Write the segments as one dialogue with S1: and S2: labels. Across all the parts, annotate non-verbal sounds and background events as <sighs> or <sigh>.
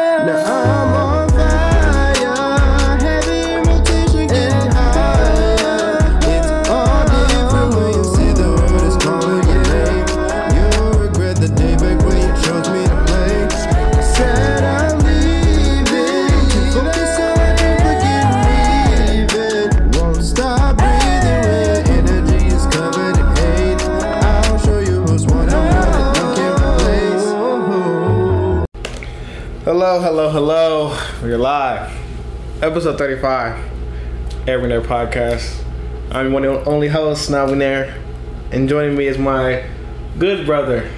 S1: Now I'm on fire. Heavy rotation getting higher. It's all different when you see the world is calling your name. You'll regret the day back when you chose me to play. Said I'm leaving. Focus on it, forget leaving. Won't stop breathing when energy is covered in hate. I'll show you who's one on one and you can't replace.
S2: Hello, hello, hello. We're live. Episode 35, Every Nair Podcast. I'm one of the only host, now Nair. And joining me is my good brother,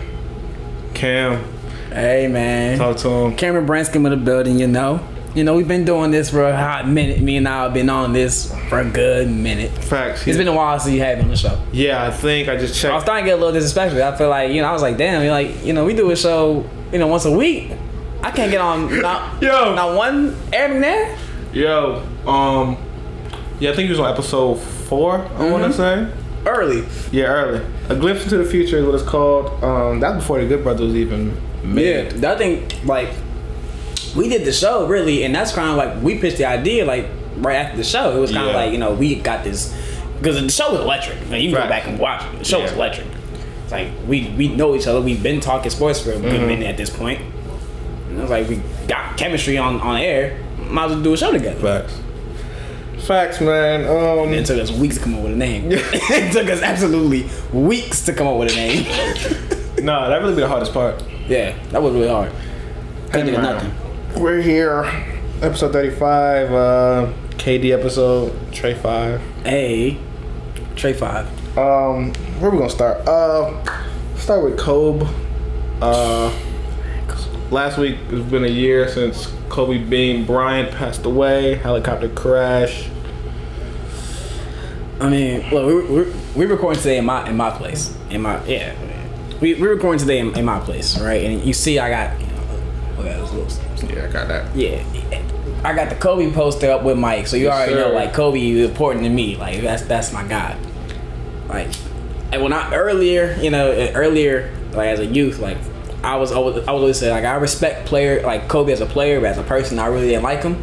S2: Cam.
S3: Hey man,
S2: Talk to him.
S3: Cameron Branscombe of the building. You know, you know we've been doing this for a hot minute. Me and I have been on this for a good minute.
S2: Facts.
S3: It's been a while since you had me on the show.
S2: yeah, I think I just
S3: I was
S2: checked.
S3: starting to get a little disrespectful. I feel like you know I was like, damn, you're like you know we do a show you know once a week. I can't get on not
S2: Yo.
S3: not one Eric McNair.
S2: Yo, um, yeah, I think he was on episode 4, I want to say.
S3: Early,
S2: Yeah, early. A Glimpse into the Future is what it's called. Um, That's before the Good Brother was even made.
S3: I think like we did the show really, and that's kind of like we pitched the idea like right after the show. It was kind of
S2: Yeah.
S3: like you know we got this because the show was electric. Like, you can
S2: Right.
S3: go back and watch it. The show was
S2: Yeah.
S3: electric. It's like we we know each other. We've been talking sports for a good
S2: Mm-hmm.
S3: minute at this point. And it's like we got chemistry on on air. Might as well do a show together.
S2: Facts. Facts, man. Um,
S3: It took us weeks to come up with a name. <laughs> it took us absolutely weeks to come up with
S2: <laughs>
S3: a name.
S2: Nah, that really be the hardest part.
S3: yeah, that was really hard. Couldn't think of
S2: Wow.
S3: nothing.
S2: We're here, episode thirty-five, uh, KD episode, Trey five.
S3: Hey, Trey Five.
S2: Um, where we gonna start? Uh, start with Kobe. Uh, last week it's been a year since Kobe Bean Bryant passed away, helicopter crash.
S3: I mean, look, we we we recording today in my in my place. In my yeah, we we recording today in, in my place, right? And you see, I got you know, okay, it's a little-
S2: Yeah, I got that.
S3: yeah, I got the Kobe poster up with Mike, so you
S2: Yes,
S3: already
S2: sir.
S3: know like Kobe is important to me. Like that's that's my god. Like, and when I earlier, you know, earlier like as a youth, like I was always I was always say like I respect player like Kobe as a player, but as a person, I really didn't like him.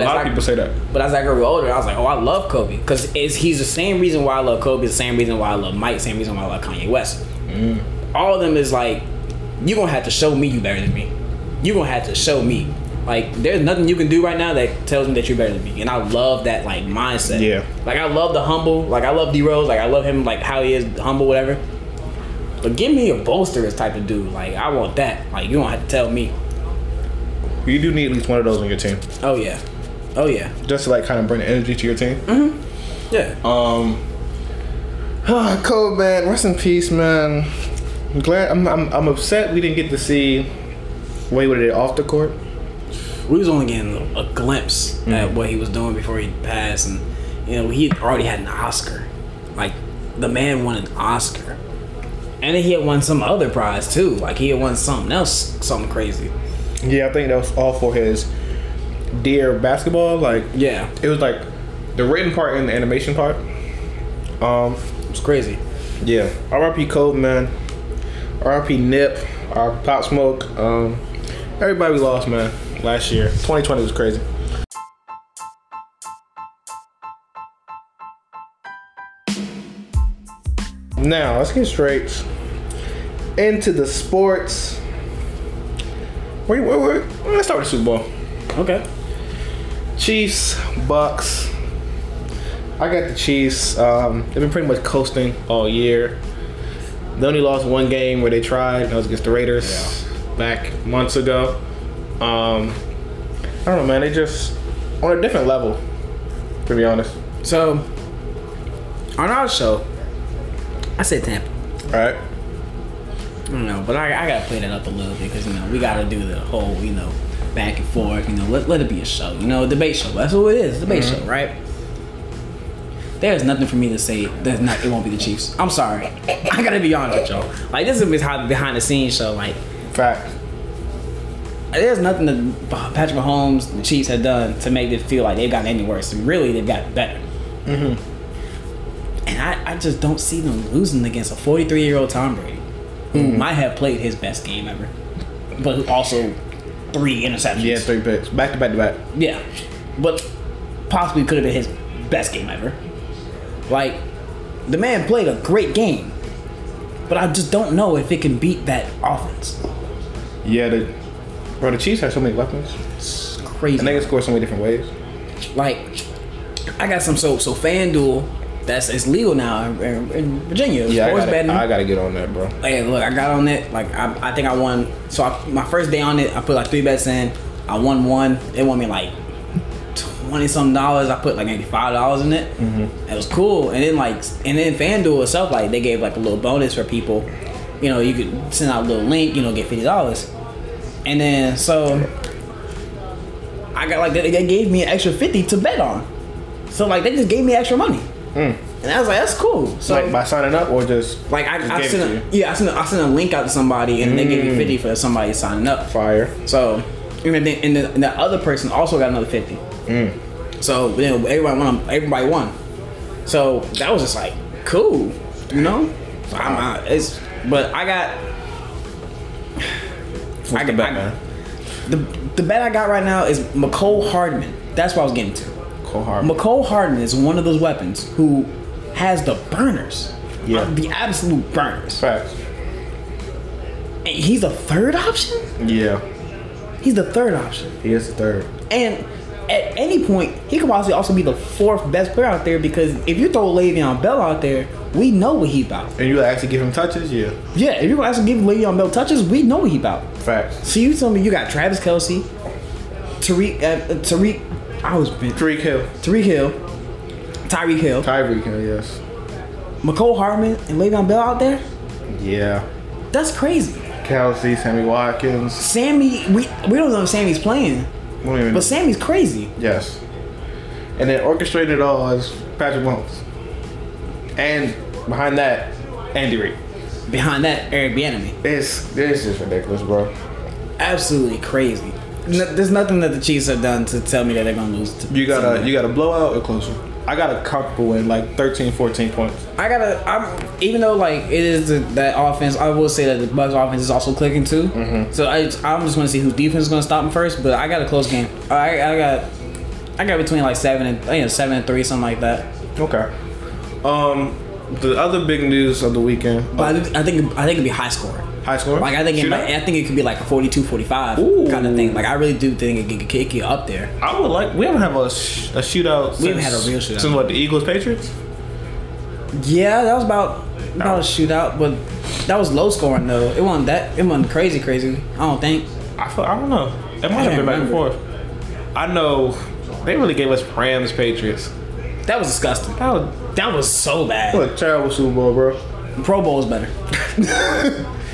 S2: A
S3: as
S2: lot of
S3: I-
S2: people say that.
S3: but as I grew older, I was like, oh, I love Kobe because he's the same reason why I love Kobe, the same reason why I love Mike, same reason why I love Kanye West. All of them is like, you gonna have to show me you better than me. You gonna have to show me. Like, there's nothing you can do right now that tells me that you're better than me. And I love that like mindset.
S2: Yeah.
S3: Like I love the humble. Like I love D Rose. Like I love him. Like how he is humble, whatever. But give me a bolsterous type of dude. Like I want that. Like you don't have to tell me.
S2: You do need at least one of those on your team,
S3: Oh yeah. Oh yeah.
S2: just to like kind of bring the energy to your team.
S3: Yeah.
S2: Um, ah, Kobe, man, rest in peace, man. I'm glad. I'm, I'm. I'm upset we didn't get to see what he would have did off the court.
S3: we was only getting a, a glimpse at what he was doing before he passed, and you know he had already had an Oscar. Like the man won an Oscar, and then he had won some other prize too. Like he had won something else, something crazy.
S2: Yeah, I think that was all for his dear basketball. Like,
S3: Yeah,
S2: it was like the written part and the animation part. Um,
S3: it was crazy.
S2: yeah. R.I.P. Kobe, man. R.I.P. Nip. R. Pop Smoke. Um, everybody we lost, man. Last year, 2020 was crazy. Now let's get straight into the sports. Wait, wait, wait. Let's start with Super Bowl.
S3: Okay.
S2: Chiefs, Bucks. I got the Chiefs. Um, they've been pretty much coasting all year. They only lost one game where they tried. and That was against the Raiders back months ago. Um, I don't know, man. They just on a different level, to be honest.
S3: So on our show, I said Tampa.
S2: All right.
S3: I don't know, but I, I gotta play that up a little bit because you know we gotta do the whole you know back and forth. You know, let, let it be a show. You know, a debate show. That's what it is. a Debate show, right? There's nothing for me to say. There's not. It won't be the Chiefs. I'm sorry. I gotta be honest with y'all. Like this is behind behind the scenes show. Like
S2: Fact.
S3: there's nothing that Patrick Mahomes, the Chiefs, have done to make it feel like they've gotten any worse. Really, they've gotten better.
S2: Mm-hmm.
S3: And I, I just don't see them losing against a 43
S2: Mm-hmm.
S3: year old Tom Brady, who might have played his best game ever, but who also three interceptions.
S2: Yeah, three picks. Back to back to back.
S3: Yeah. But possibly could have been his best game ever. Like, the man played a great game. But I just don't know if it can beat that offense.
S2: Yeah, the, bro, the Chiefs have so many weapons.
S3: It's crazy.
S2: And they can score so many different ways.
S3: like I got some so so FanDuel that's it's legal now in, in Virginia.
S2: Yeah, I
S3: sports
S2: gotta,
S3: betting.
S2: I gotta get on that, bro.
S3: Hey, look, I got on it. Like I, I think I won. So I, my first day on it, I put like three bets in. I won one. It won me like twenty some dollars. I put like maybe five dollars in it. It was cool. And then like and then FanDuel itself, like they gave like a little bonus for people. You know, you could send out a little link. You know, get fifty dollars. And then so I got like they, they gave me an extra fifty to bet on. So like they just gave me extra money. And I was like, that's cool. So
S2: Like by signing up or just
S3: like
S2: just
S3: I, I
S2: gave it
S3: sent
S2: to
S3: a,
S2: you? Mm.
S3: yeah, I sent a, I sent a link out to somebody and they gave me fifty for somebody signing up.
S2: fire.
S3: So and then and the, and the other person also got another fifty.
S2: Mm.
S3: So then everybody won. Everybody won. So that was just like cool, you know. So I'm uh, it's but I got
S2: What's
S3: I
S2: the
S3: got-
S2: bet,
S3: I-
S2: man?
S3: the the bet I got right now is McCole Hardman. That's what I was getting to.
S2: Cole Hardman.
S3: McCole Hardman is one of those weapons who has the burners.
S2: Yeah.
S3: Uh, The absolute burners.
S2: Facts.
S3: And he's the third option?
S2: Yeah,
S3: He's the third option.
S2: he is the third.
S3: And at any point, he could possibly also be the fourth best player out there because if you throw Le'Veon Bell out there, we know what he about.
S2: And you actually give him touches? Yeah.
S3: Yeah, if you're gonna actually give Le'Veon Bell touches, we know what he about.
S2: Facts.
S3: So you tell me you got Travis Kelsey, Tariq, uh, Tariq, I was been
S2: Three kill.
S3: Tariq Hill, Tyreek Hill,
S2: Tyreek Hill, yes.
S3: McCole Hardman, and Le'Veon Bell out there.
S2: Yeah.
S3: That's crazy.
S2: Kelsey, Sammy Watkins.
S3: Sammy, we we don't know if Sammy's playing,
S2: We don't even
S3: but Sammy's crazy.
S2: Yes. And then orchestrated it all is Patrick Mahomes. And behind that, Andy Reid.
S3: Behind that, Eric Bieniemy.
S2: It's this is ridiculous, bro.
S3: absolutely crazy. No, there's nothing that the Chiefs have done to tell me that they're gonna lose. To,
S2: You got
S3: to-
S2: a you got a blowout or closer. I got a comfortable win, like 13, 14 points.
S3: I gotta. I'm even though like it is the, that offense. I will say that the Bucks offense is also clicking too.
S2: Mm-hmm.
S3: So I, I'm just gonna see whose defense is gonna stop them first. But I got a close game. I, I got. I got between like seven and you know, seven and three, something like that.
S2: Okay. Um, the other big news of the weekend.
S3: But I, think- I think I think it'd be high score.
S2: High score.
S3: Like I think it might,
S2: Shootout?
S3: I think it could be like a 42-45
S2: Ooh.
S3: kind of thing. Like I really do think it could kick you up there.
S2: I would like. We haven't have a, sh- a shootout.
S3: We haven't
S2: since-
S3: had a real shootout.
S2: since what the Eagles Patriots.
S3: Yeah, that was about about a shootout, but that was low scoring though. It wasn't that it wasn't crazy crazy. I don't think.
S2: I feel, I don't know. It might have
S3: can't
S2: been back and
S3: remember.
S2: forth. I know they really gave us Rams Patriots.
S3: That was disgusting.
S2: That was,
S3: That was so bad.
S2: that was a terrible Super Bowl, bro.
S3: Pro Bowl is better. <laughs>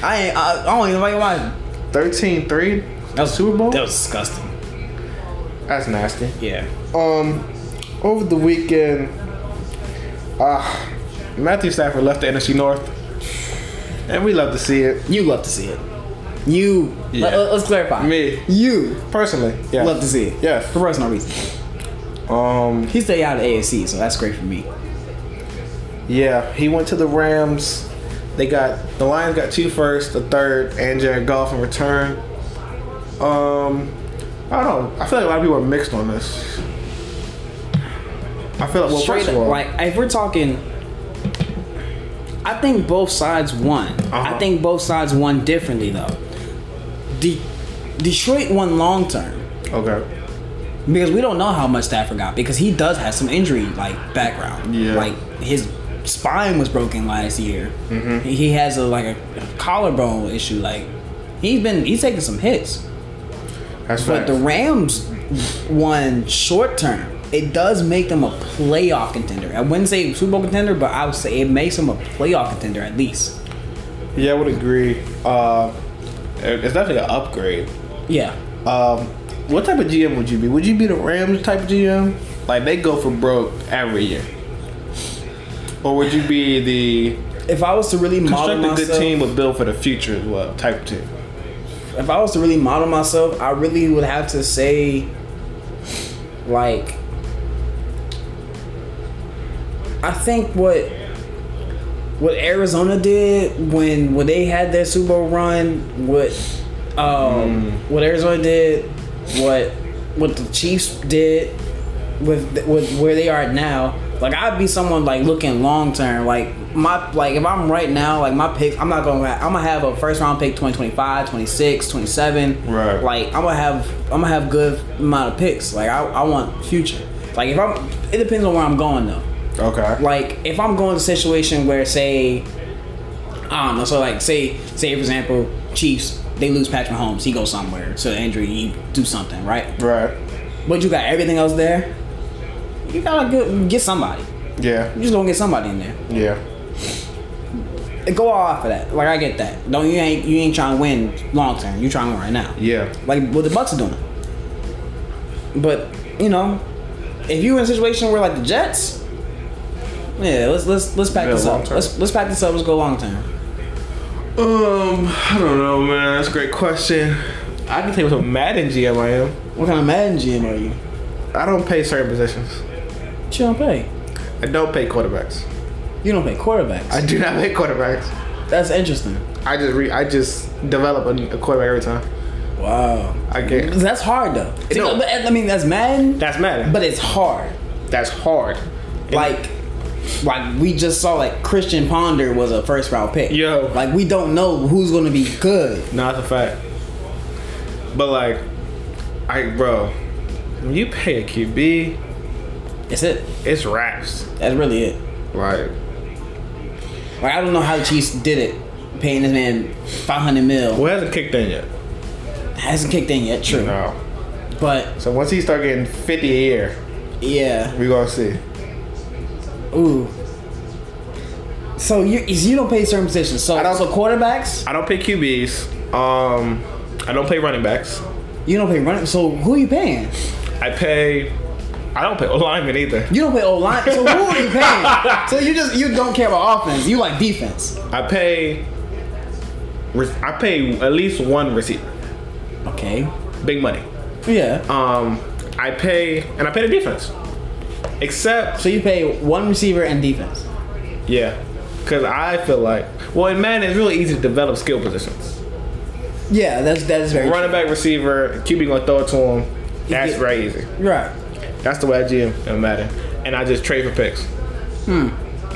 S3: I ain't I, I don't even like why.
S2: 13-3.
S3: That was
S2: Super Bowl?
S3: That was disgusting.
S2: That's nasty.
S3: Yeah.
S2: Um, over the weekend, uh, Matthew Stafford left the NFC North, and we love to see it.
S3: You love to see it. You
S2: Yeah.
S3: let, us clarify.
S2: Me.
S3: You
S2: Personally, yeah.
S3: love to see it.
S2: Yes.
S3: For personal reasons.
S2: Um,
S3: He stayed out of AFC, so that's great for me.
S2: yeah, he went to the Rams. They got the Lions got two first, the third, and Jared Goff in return. Um, I don't. know. I feel like a lot of people are mixed on this. I feel like well,
S3: Straight
S2: first of
S3: up,
S2: all,
S3: like if we're talking, I think both sides won.
S2: Uh-huh.
S3: I think both sides won differently though. De- Detroit won long term
S2: okay,
S3: because we don't know how much Stafford got because he does have some injury like background.
S2: Yeah.
S3: like his spine was broken last year.
S2: Mm-hmm.
S3: He has a like a collarbone issue. Like he's been he's taking some hits.
S2: that's
S3: But
S2: facts.
S3: the Rams won short term. It does make them a playoff contender. I wouldn't say Super Bowl contender, but I would say it makes them a playoff contender at least.
S2: yeah, I would agree. Uh, it- it's definitely an upgrade.
S3: Yeah.
S2: Um, what type of GM would you be? Would you be the Rams type of GM? Like they go for broke every year, or would you be the
S3: If I was to really model
S2: construct a
S3: myself,
S2: good team but build for the future as well type of team?
S3: if I was to really model myself, I really would have to say, like, I think what what Arizona did when when they had their Super Bowl run, what Um, What Arizona did, what what the Chiefs did, with with where they are now. Like I'd be someone like looking long term. Like my like if I'm right now, like my picks, I'm not gonna. ha- I'm gonna have a first round pick 2025, 26, 27.
S2: Right.
S3: Like I'm gonna have I'm gonna have good amount of picks. Like I, I want future. Like if I'm, it depends on where I'm going though
S2: Okay.
S3: like if I'm going to a situation where say I don't know, so like say say for example, Chiefs, they lose Patrick Mahomes, he goes somewhere. So injury, you do something, right?
S2: right.
S3: But you got everything else there. You gotta get, get somebody. You
S2: Yeah.
S3: just gonna get somebody in there.
S2: Yeah.
S3: And go all out for that. Like I get that. Don't you ain't you ain't trying to win long term. You trying to win right now.
S2: Yeah.
S3: Like what the Bucks are doing. But you know, if you in a situation where like the Jets, yeah, let's let's let's pack
S2: Yeah,
S3: this
S2: long
S3: up.
S2: term.
S3: Let's let's pack this up. Let's go long term.
S2: Um, I don't know, man. That's a great question. I can tell you what a Madden GM I am.
S3: What kind of Madden GM are you?
S2: I don't pay certain positions.
S3: But You don't play.
S2: I don't pay quarterbacks.
S3: You don't play quarterbacks.
S2: I do not pay quarterbacks.
S3: That's interesting.
S2: I just re- I just develop a, a quarterback every time.
S3: Wow.
S2: I get
S3: That's hard though. See,
S2: No.
S3: but, I mean, that's Madden.
S2: that's Madden,
S3: but it's hard.
S2: that's hard.
S3: Like, like we just saw, like Christian Ponder was a first round pick.
S2: Yo.
S3: Like we don't know who's gonna be good.
S2: No, that's a fact. But like, I bro, when you pay a QB,
S3: That's it.
S2: it's raps.
S3: That's really it.
S2: Like,
S3: Like I don't know how the Chiefs did it, paying this man five hundred mil.
S2: well, it hasn't kicked in yet.
S3: Hasn't kicked in yet. True.
S2: No.
S3: But
S2: So once he start getting fifty a year,
S3: yeah.
S2: we gonna see.
S3: Ooh. So you you don't pay certain positions. So
S2: I don't-
S3: so quarterbacks.
S2: I don't pay QBs. Um, I don't pay running backs.
S3: You don't pay running. So who you paying?
S2: I pay. I don't pay <laughs> linemen either.
S3: You don't pay O line. So who are
S2: <laughs>
S3: you paying? so you just you don't care about offense. You like defense.
S2: I pay. re- I pay at least one receiver.
S3: Okay.
S2: Big money.
S3: Yeah.
S2: Um, I pay and I pay the defense. Except
S3: so you pay one receiver and defense.
S2: yeah, because I feel like well in man it's really easy to develop skill positions.
S3: Yeah, that's that's very
S2: Running back, receiver, QB gonna throw it to him. That's
S3: get-
S2: very easy.
S3: true. right.
S2: That's the way I GM in Madden, and I just trade for picks.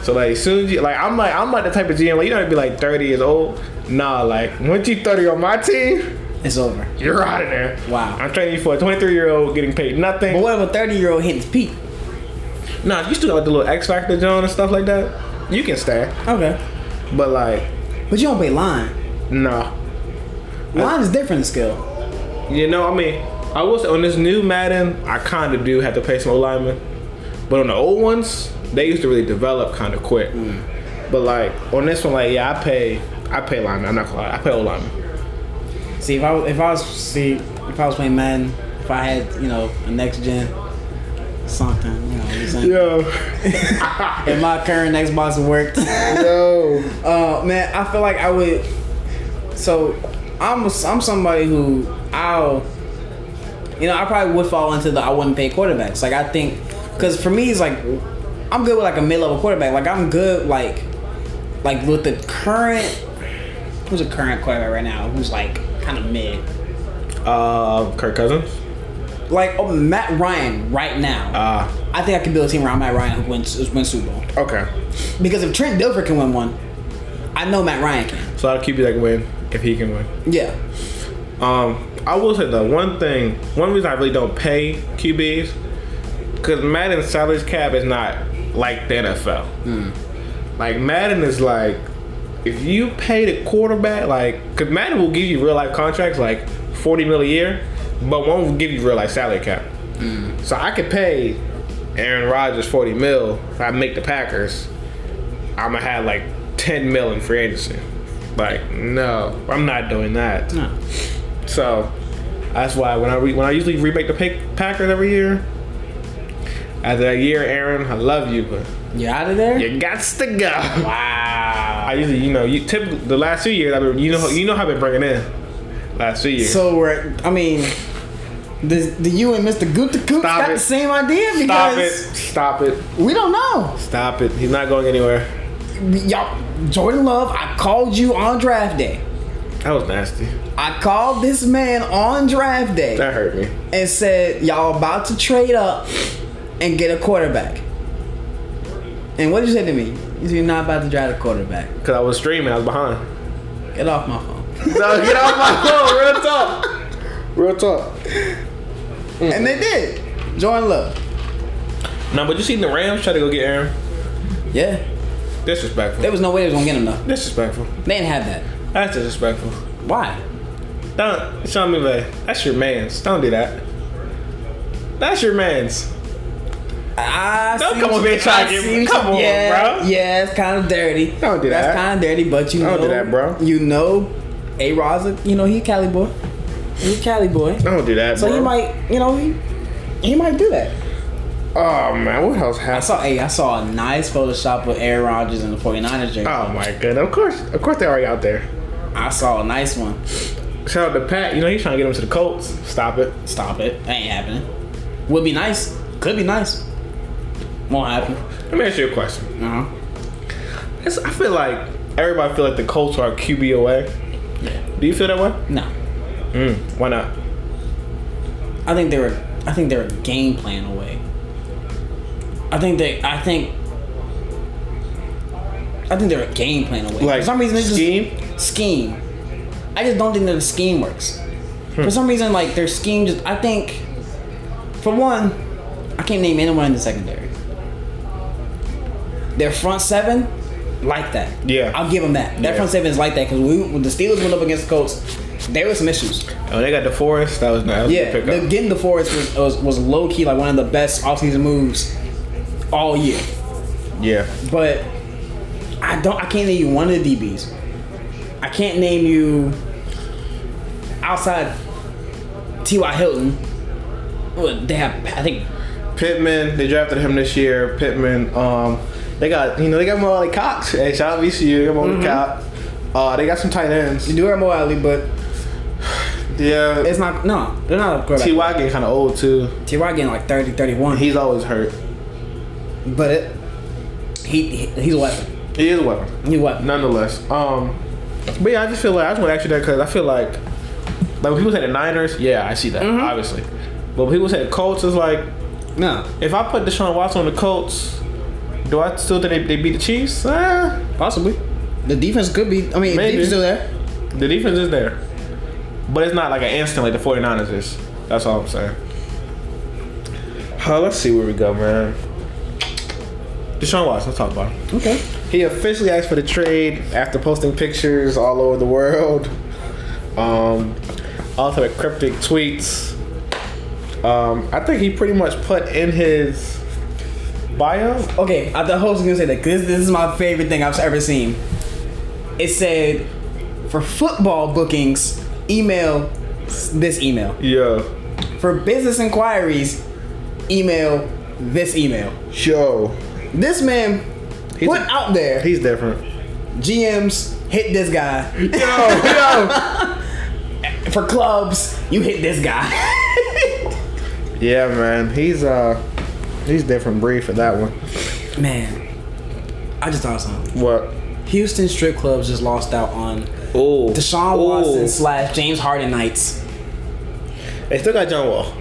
S2: So like, as soon as you like, I'm like, I'm like the type of GM like you don't be like 30 years old. Nah, like once you 30 on my team, <laughs>
S3: It's over.
S2: you're out of there.
S3: Wow.
S2: I'm training you for a 23 year old getting paid nothing.
S3: But what if a thirty year old hits peak?
S2: Nah, you still got like the little X Factor John and stuff like that. You can stay,
S3: Okay.
S2: but like,
S3: But you don't pay line.
S2: nah.
S3: Line is different in skill.
S2: You know, I mean, I will say on this new Madden, I kind of do have to pay some old linemen, but on the old ones, they used to really develop kind of quick. But like on this one, like yeah, I pay, I pay linemen. I'm not gonna lie, I pay old linemen.
S3: See if I if I was see if I was playing Madden, if I had you know a next gen something, you know what I'm
S2: <laughs>
S3: saying.
S2: Yo,
S3: If my current Xbox worked.
S2: yo,
S3: Uh, man, I feel like I would. So, I'm a, I'm somebody who I'll, you know, I probably would fall into the I wouldn't pay quarterbacks. Like I think, because for me, it's like I'm good with like a mid level quarterback. Like I'm good like, like with the current, who's a current quarterback right now? Who's like kind of mid?
S2: uh, Kirk Cousins.
S3: Like oh, Matt Ryan right now.
S2: Ah.
S3: I think I can build a team around Matt Ryan who wins wins Super Bowl.
S2: Okay,
S3: Because if Trent Dilfer can win one, I know Matt Ryan can.
S2: so I'll keep you that win if he can win.
S3: Yeah.
S2: Um, I will say the one thing, one reason I really don't pay QBs, because Madden's salary cap is not like the NFL. Like Madden is like, if you pay the quarterback, like, because Madden will give you real life contracts, like forty mil a year, but one will give you real life salary cap. So I could pay Aaron Rodgers forty mil if I make the Packers. I'm gonna have like ten mil in free agency. Like, no, I'm not doing that.
S3: No.
S2: So that's why when I re- when I usually remake the pick Packers every year, after that year, Aaron, I love you, but
S3: You're out of there?
S2: you got to go.
S3: Wow.
S2: I usually, you know, you typically the last two years, I've been, you know, you know, how I've been bringing in last two years.
S3: So we're, I mean, does do you and Mr. Goop the Coop
S2: Stop
S3: got
S2: it.
S3: the same idea?
S2: stop it,
S3: Because
S2: stop it,
S3: we don't know.
S2: stop it. He's not going anywhere.
S3: Y'all, Jordan Love, I called you on draft day.
S2: That was nasty.
S3: I called this man on draft day.
S2: That hurt me.
S3: and said, "Y'all about to trade up and get a quarterback." And what did you say to me? You said, "You're not about to draft a quarterback.
S2: Cause I was streaming, I was behind.
S3: Get off my phone."
S2: No, get off my <laughs> phone, real talk. Real talk.
S3: and they did. Jordan Love.
S2: Now, but you seen the Rams try to go get Aaron?
S3: Yeah,
S2: Disrespectful.
S3: there was no way they was gonna get him though.
S2: Disrespectful.
S3: They didn't have that.
S2: That's disrespectful.
S3: Why?
S2: Don't Sean McVay. That's your man's. Don't do that. That's your man's.
S3: I
S2: Don't
S3: see
S2: come
S3: what
S2: over
S3: you-
S2: here trying to
S3: I
S2: get-
S3: see what
S2: come
S3: you-
S2: on,
S3: yeah,
S2: bro.
S3: Yeah, it's kind of dirty.
S2: Don't do
S3: That's
S2: that.
S3: kind of dirty, but you know,
S2: Don't do that, bro.
S3: You know, A Rod's, a- you know, he Cali boy. He Cali boy.
S2: Don't do that,
S3: So
S2: bro.
S3: he might, you know, he he might do that.
S2: Oh man, what else
S3: I
S2: happened?
S3: saw hey, I saw a nice Photoshop of Aaron Rodgers in the 49ers jersey.
S2: Oh my god. Of course, of course they already out there.
S3: I saw a nice one.
S2: Shout out to Pat. You know he's trying to get him to the Colts. Stop it.
S3: Stop it. That ain't happening. Would be nice. Could be nice. Won't happen.
S2: Let me ask you a question.
S3: Uh-huh.
S2: It's, I feel like everybody feel like the Colts are QB away. Do you feel that way?
S3: No.
S2: Mm. Why not?
S3: I think they were I think they were game plan away. I think they I think I think they're a game plan away.
S2: Like
S3: For some reason they just
S2: scheme?
S3: scheme. I just don't think that the scheme works. For some reason, like their scheme just I think for one, I can't name anyone in the secondary. Their front seven, like that.
S2: Yeah.
S3: I'll give them that. That
S2: Yeah.
S3: front seven is like that because we when the Steelers went up against the Colts, there was some issues.
S2: Oh, they got the Forest. That was nice.
S3: Yeah,
S2: Yeah. Good
S3: the,
S2: pickup.
S3: getting the Forest was, was, was low key like one of the best offseason moves all year.
S2: yeah.
S3: But I don't. I can't name you one of the DBs. I can't name you outside T.Y. Hilton. Well, They have, I think,
S2: Pittman. They drafted him this year. Pittman. Um, they got you know they got Molly Cox. Hey, shout out VCU. They got Molly Cox. Uh, they got some tight ends.
S3: do have Mo Ali, but
S2: Yeah.
S3: it's not. No, they're not a
S2: Ty
S3: quarterback.
S2: getting kind of old too.
S3: T.Y. getting like 30, 31.
S2: He's always hurt.
S3: but it, he, he he's a weapon.
S2: He is a weapon.
S3: He's a weapon.
S2: nonetheless. Um, but yeah, I just feel like I just want to ask you that because I feel like, like when people say the Niners, yeah, I see that obviously. But when people say the Colts is like,
S3: No.
S2: if I put Deshaun Watson on the Colts, do I still think they, they beat the Chiefs? Uh,
S3: Possibly. The defense could be. I mean,
S2: Maybe.
S3: defense still there.
S2: the defense is there, but it's not like an instant like the 49ers is. That's all I'm saying. Huh, let's see where we go, man. Deshaun Watson, let's talk about him.
S3: Okay.
S2: He officially asked for the trade after posting pictures all over the world. <laughs> Um, also the cryptic tweets. Um, I think he pretty much put in his bio.
S3: Okay. I thought host was gonna say that 'cause this is my favorite thing I've ever seen. It said, for football bookings, email s- this email.
S2: Yeah.
S3: For business inquiries, email this email.
S2: Yo.
S3: This man
S2: He's
S3: put
S2: a-
S3: out there.
S2: He's different.
S3: GMs hit this guy.
S2: Yo, yo.
S3: For clubs, you hit this guy. <laughs>
S2: Yeah, man. He's uh he's different breed for that one.
S3: man, I just thought of something.
S2: What?
S3: Houston strip clubs just lost out on
S2: Oh.
S3: Deshaun Watson slash James Harden nights.
S2: They still got John Wall.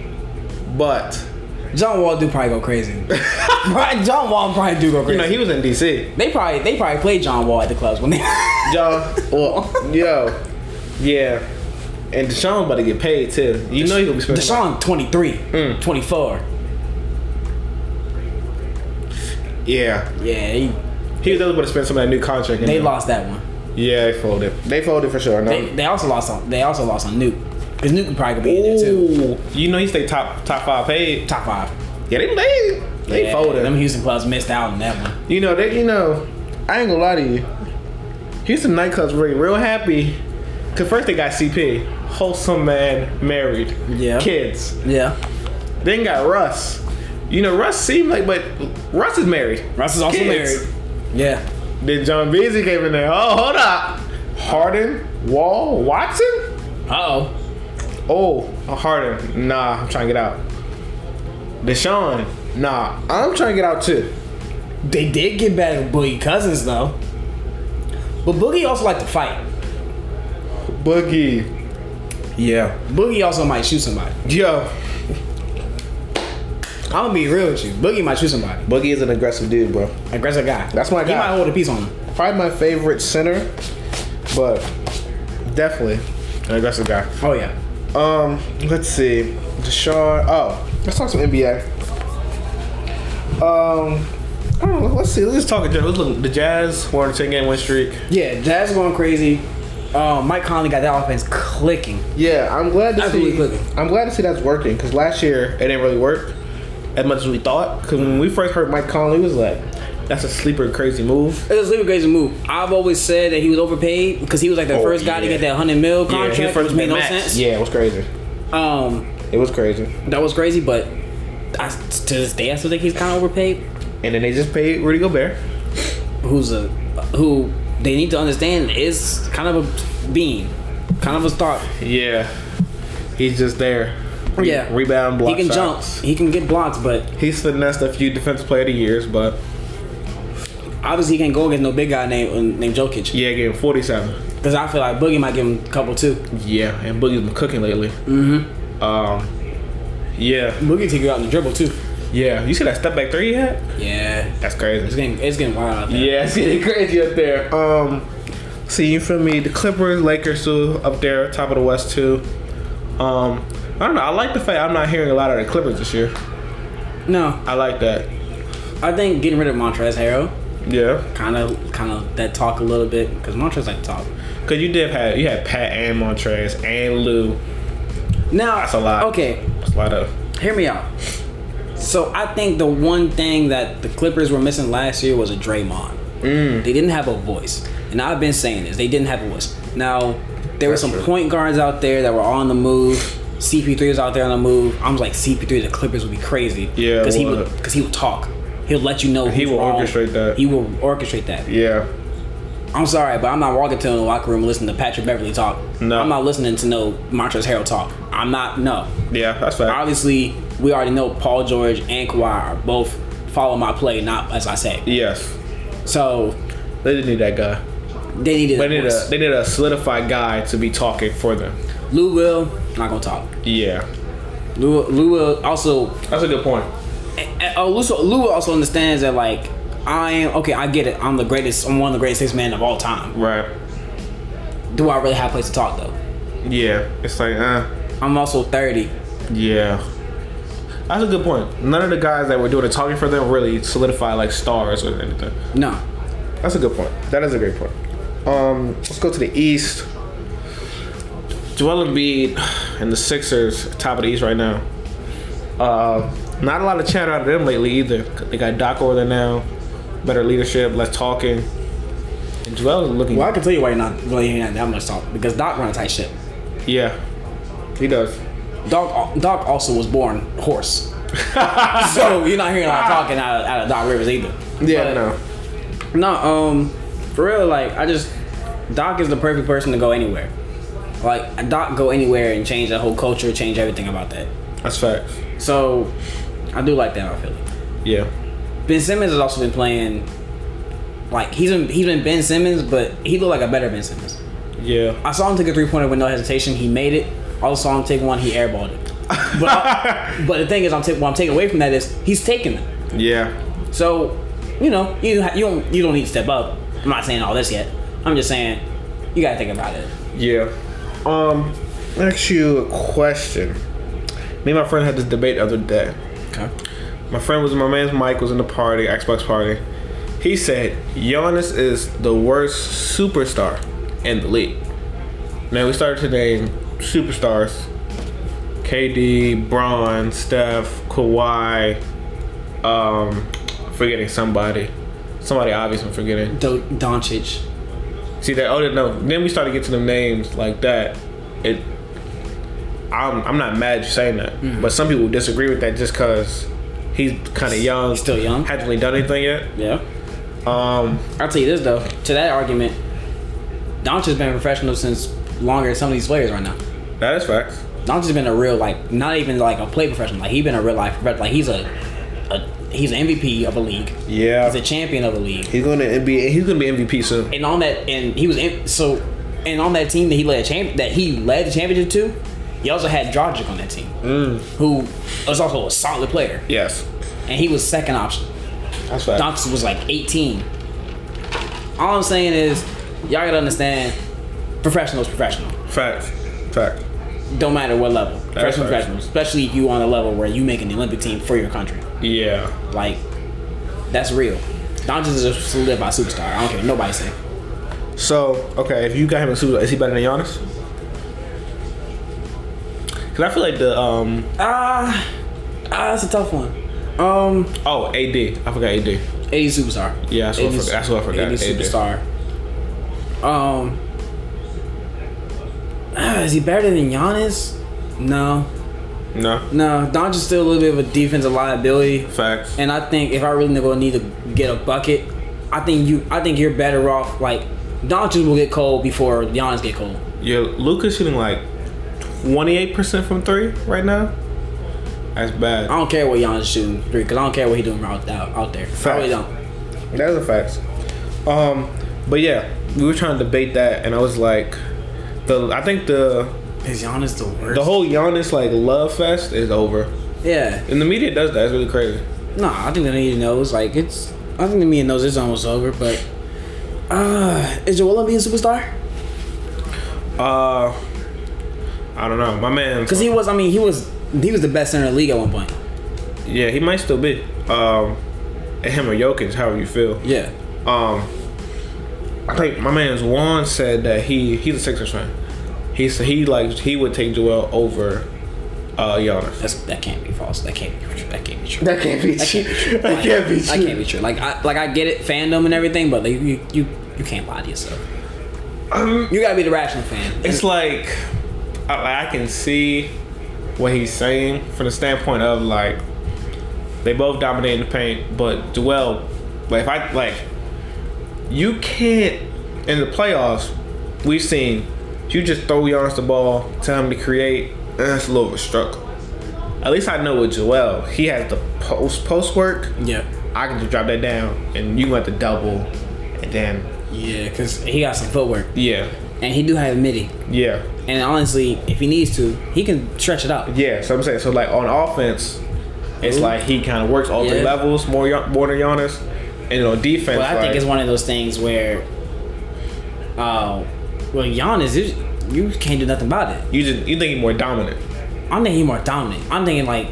S2: But
S3: John Wall do probably go <laughs> crazy. Right, John Wall probably do go crazy.
S2: you know, he was in DC.
S3: they probably they probably played John Wall at the clubs when they. <laughs>
S2: Yo, well, yo, yeah. And Deshaun about to get paid too. You know he gonna be spending.
S3: Deshaun 23,
S2: Mm.
S3: 24.
S2: Yeah,
S3: Yeah, he,
S2: he was about to spend some of that new contract. in
S3: they
S2: there.
S3: lost that one.
S2: Yeah, they folded. They folded for sure. No.
S3: They, they also lost on they also lost on Nuke because Nuke could probably be in there too.
S2: Ooh, you know he stayed top top five paid.
S3: Top five.
S2: Yeah, they they, they
S3: yeah,
S2: folded.
S3: Them Houston clubs missed out on that one.
S2: you know they. You know, I ain't gonna lie to you. Houston nightclubs were real happy. Cause first they got CP, wholesome man, married,
S3: Yeah.
S2: kids.
S3: Yeah,
S2: Then got Russ. You know Russ seemed like, but Russ is married.
S3: Russ is also
S2: Kids.
S3: married. Yeah,
S2: Then John Beasley came in there. Oh, hold up. Harden, Wall, Watson?
S3: uh oh,
S2: Oh, Harden. Nah, I'm trying to get out. Deshaun. Nah, I'm trying to get out too.
S3: they did get back Boogie Cousins though, but Boogie also liked to fight.
S2: Boogie.
S3: Yeah. Boogie also might shoot somebody.
S2: Yo,
S3: I'm gonna be real with you. Boogie might shoot somebody.
S2: Boogie is an aggressive dude, bro.
S3: Aggressive guy.
S2: That's my
S3: He
S2: guy.
S3: might hold a piece on him.
S2: Probably my favorite center, but definitely an aggressive guy.
S3: Oh yeah.
S2: Um, let's see, Deshaun. Oh, let's talk some NBA. Um, I don't know. Let's see. Let's just talk. Let's look. The Jazz were on a ten game win streak.
S3: Yeah, Jazz going crazy. Um, Mike Conley got that offense clicking.
S2: Yeah, I'm glad to
S3: Absolutely
S2: see.
S3: clicking.
S2: I'm glad to see that's working because last year it didn't really work as much as we thought. Because when we first heard Mike Conley, we was like, "That's a sleeper crazy move."
S3: It was a crazy move. I've always said that he was overpaid because he was like the
S2: Oh,
S3: first guy to
S2: yeah.
S3: get that hundred mil contract,
S2: his first
S3: which made no
S2: max.
S3: sense.
S2: Yeah, it was crazy.
S3: Um,
S2: It was crazy.
S3: that was crazy, but I, to this day, I still think he's kind of overpaid.
S2: And then they just paid Rudy Gobert.
S3: Who's a who they need to understand is kind of a being, kind of a star.
S2: Yeah, he's just there. Re-
S3: Yeah,
S2: rebound block.
S3: He can
S2: shots.
S3: jump. He can get blocks, but
S2: He's finessed a few defensive player of the years, but
S3: obviously he can't go against no big guy named named Jokic.
S2: yeah, gave him 47.
S3: Because I feel like Boogie might give him a couple too.
S2: Yeah, and Boogie's been cooking lately. Mm-hmm. Um, yeah,
S3: Boogie take you out in the dribble too.
S2: yeah. You see that step back three he had?
S3: Yeah,
S2: That's
S3: it's
S2: crazy.
S3: getting it's getting wild out there.
S2: Yeah, it's getting crazy up there. Um, see, you feel me? The Clippers, Lakers, too, up there, top of the West, too. Um, I don't know. I like the fact I'm not hearing a lot of the Clippers this year.
S3: No,
S2: I like that.
S3: I think getting rid of Montrezl Harrell
S2: Yeah,
S3: kind of kind of that talk a little bit because Montrezl like to talk.
S2: cause you did have you had Pat and Montrez and Lou.
S3: Now
S2: That's a lot.
S3: Okay,
S2: That's a lot of
S3: hear me out. So I think the one thing that the Clippers were missing last year was a Draymond.
S2: Mm.
S3: They didn't have a voice, and I've been saying this. They didn't have a voice. Now there were
S2: That's
S3: some
S2: true.
S3: point guards out there that were on the move. CP3 was out there on the move. I was like, CP3, the Clippers would be crazy.
S2: Yeah,
S3: because he
S2: it
S3: would
S2: would.
S3: because he would talk. He'll let you know.
S2: He
S3: who's
S2: will
S3: wrong.
S2: orchestrate that.
S3: He will orchestrate that.
S2: yeah.
S3: I'm sorry, but I'm not walking to the locker room listening to Patrick Beverly talk.
S2: No.
S3: I'm not listening to no Montrezl Harrell talk. I'm not. No.
S2: Yeah, that's fact.
S3: Obviously, we already know Paul George and Kawhi are both follow my play, not as I say.
S2: yes,
S3: So
S2: they didn't need that guy.
S3: they needed.
S2: They need a
S3: voice.
S2: they need a solidified guy to be talking for them.
S3: Lou will not gonna talk.
S2: Yeah,
S3: Lou, Lou will also.
S2: that's a good point.
S3: eh, Oh, Lou, so- Lou also understands that like I am okay. I get it. I'm the greatest. I'm one of the greatest six men of all time.
S2: Right.
S3: Do I really have a place to talk though?
S2: Yeah, it's like uh,
S3: I'm also 30.
S2: yeah. That's a good point. None of the guys that were doing the talking for them really solidified like stars or anything.
S3: No.
S2: That's a good point. That is a great point. Um, let's go to the East. Joel Embiid and the Sixers, top of the East right now. Uh, not a lot of chatter out of them lately either. They got Doc over there now. Better leadership, less talking. And Joel is looking.
S3: Well, I can tell you why you're not really hearing that much talk because Doc run a tight ship.
S2: Yeah, he does.
S3: Doc, Doc also was born hoarse. so you're not hearing a lot of talking out of, out of Doc Rivers either.
S2: Yeah,
S3: But-
S2: no.
S3: No, um, for real, like I just Doc is the perfect person to go anywhere. Like Doc go anywhere and change the whole culture, change everything about that.
S2: That's facts.
S3: So I do like that. I feel
S2: Yeah.
S3: Ben Simmons has also been playing. Like he's been he's been Ben Simmons, but he looked like a better Ben Simmons.
S2: Yeah.
S3: I saw him take a three pointer with no hesitation. He made it. I also saw him take one. He airballed it. But, I- but the thing is, I'm taking what I'm taking away from that is he's taking them.
S2: Yeah.
S3: So you know you ha- you don't you don't need to step up. I'm not saying all this yet. I'm just saying you gotta think about it.
S2: Yeah. Um, let me ask you a question. Me and my friend had this debate the other day.
S3: Okay.
S2: My friend was my man's Mike was in the party, Xbox party. He said Giannis is the worst superstar in the league. Now we started to name superstars. KD, Braun, Steph, Kawhi, um, forgetting somebody. Somebody obvious I'm forgetting.
S3: Do- Doncic.
S2: See that oh no. Then we started getting them names like that. It I'm I'm not mad at you saying that.
S3: Mm-hmm.
S2: But some people disagree with that just cause he's kinda young.
S3: He's still young.
S2: Hasn't really done anything yet.
S3: Yeah.
S2: Um
S3: I'll tell you this though. To that argument, Doncic's been a professional since longer than some of these players right now.
S2: that is facts.
S3: Doncic's been a real like not even like a play professional. Like he's been a real life prof- like he's a, a he's an MVP of a league.
S2: Yeah.
S3: He's a champion of a league.
S2: He's gonna be he's gonna be MVP soon.
S3: And on that and he was in, so and on that team that he led a champ- that he led the championship to, he also had Drogic on that team, who was also a solid player,
S2: Yes.
S3: and he was second option.
S2: That's fact.
S3: Doncic was like 18. All I'm saying is, y'all gotta understand, professional is professional.
S2: Fact. Fact.
S3: Don't matter what level, professional is
S2: right.
S3: professional. Especially if you on a level where you make an Olympic team for your country,
S2: Yeah.
S3: like that's real. Doncic is a solid by superstar. I don't care what nobody say.
S2: So okay, if you got him in Suzuki, is he better than Giannis? Cause I feel like the um
S3: Ah, ah, that's a tough one. Um,
S2: oh AD I forgot AD.
S3: AD superstar.
S2: Yeah, that's what I
S3: 80
S2: forgot- that's what I forgot,
S3: 80
S2: AD.
S3: superstar. Um, ah, is he better than Giannis? No,
S2: No
S3: no. Doncic's still a little bit of a defensive liability,
S2: facts.
S3: and I think if I really gonna need to get a bucket, I think you, I think you're better off like Doncic will get cold before Giannis get cold.
S2: Yeah, Luca's shooting like twenty eight percent from three right now. That's
S3: I
S2: bad.
S3: don't care what Giannis shooting three, cause I don't care what he doing out out, out there. I
S2: Facts.
S3: really don't.
S2: That's a fact. Um, but yeah, we were trying to debate that, and I was like, the I think the
S3: Is Giannis the worst?
S2: the whole Giannis like love fest is over,
S3: yeah.
S2: and the media does that. It's really crazy.
S3: No, I think the media knows. Like it's, I think the media knows it's almost over. But uh is Joel Embiid a superstar?
S2: Uh, I don't know, my man.
S3: Because he was. I mean, he was. He was the best center in the league at one point.
S2: Yeah, he might still be. Um, him or Jokic, however you feel.
S3: Yeah.
S2: Um, I think my man's Juan said that he he's a Sixers fan. He said he like he would take Joel over uh, Giannis.
S3: That's that can't be false. That can't be true. That can't be true.
S2: That can't be
S3: That can't
S1: <laughs>
S3: be true.
S2: That can't be
S3: That can't be true. Like I like I get it, fandom and everything, but like you you you can't lie to yourself. you gotta be the rational fan.
S2: It's like I, I can see what he's saying from the standpoint of like they both dominate in the paint, but Joel, like if I like, you can't in the playoffs. We've seen you just throw Giannis the ball, tell him to create, and that's a little of a struggle. At least I know with Joel, he has the post post work.
S3: Yeah.
S2: I can just drop that down, and you got the double, and then
S3: Yeah, because he got some footwork,
S2: yeah,
S3: and he do have a midi.
S2: yeah.
S3: And honestly, if he needs to, he can stretch it out.
S2: Yeah, so I'm saying so like on offense, it's
S3: Ooh.
S2: like he kind of works all three
S3: Yeah.
S2: levels more Gian- more than Giannis, and on defense,
S3: But I think
S2: like-
S3: it's one of those things where, uh, well, Giannis, is, you can't do nothing about it.
S2: you just you think he's more dominant.
S3: I'm thinking he more dominant. I'm thinking like,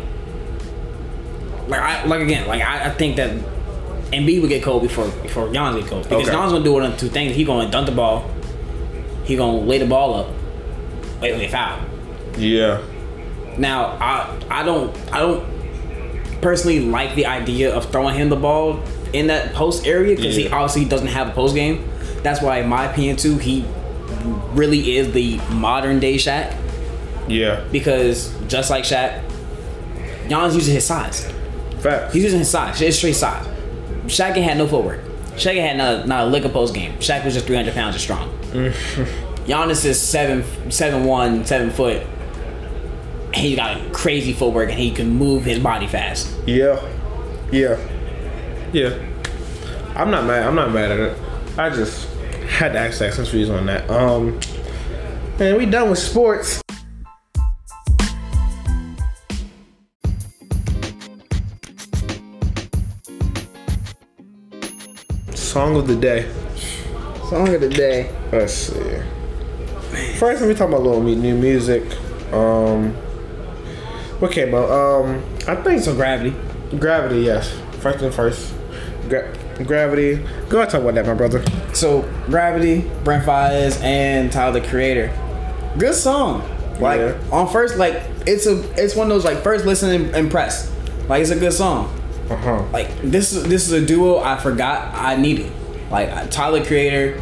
S3: like I like again, like I, I think that Embiid would get cold before before Giannis get cold because
S2: Okay.
S3: Giannis gonna do one of two things. He gonna dunk the ball. He gonna lay the ball up. Wait, wait, foul.
S2: Yeah,
S3: Now I I don't I don't personally like the idea of throwing him the ball in that post area because he
S2: Yeah.
S3: obviously doesn't have a post game. That's why, in my opinion, too, he really is the modern day Shaq
S2: yeah,
S3: because just like Shaq, Giannis using his size.
S2: facts.
S3: He's using his size. It's straight size. Shaq ain't had no footwork. Shaq ain't had not, not a lick of post game. Shaq was just 300 pounds and <laughs> strong. Giannis is seven, seven one, seven foot. He got crazy footwork and he can move his body fast.
S2: yeah, yeah, yeah. I'm not mad. I'm not mad at it. I just had to ask that since we was on that. Um, man, we done with sports. Song of the day.
S3: Song of the day.
S2: Let's see. First, let me talk about a little mu- new music. Um, what came out? Um, I think
S3: So
S2: some
S3: gravity.
S2: gravity. Yes, first and first. Gra- gravity. Go ahead and talk about that, my brother.
S3: So gravity, Brent Fires, and Tyler the Creator. Good song. Like
S2: Yeah.
S3: on first, like it's a it's one of those like first listen and impress. Like it's a good song.
S2: Uh huh.
S3: like this is this is a duo I forgot I needed. Like uh, Tyler Creator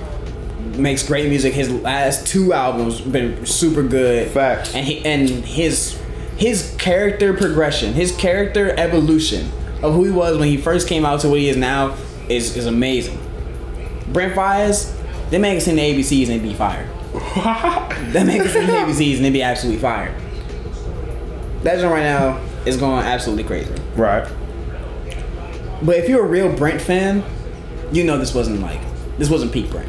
S3: makes great music. His last two albums been super good.
S2: Facts.
S3: And he and his his character progression, his character evolution of who he was when he first came out to what he is now is is amazing. Brent Fires, they make us in the ABCs and be fired. That make us in the ABCs and they be absolutely fired. That joint right now is going absolutely crazy.
S2: right.
S3: But if you're a real Brent fan, you know this wasn't like this wasn't peak Brent.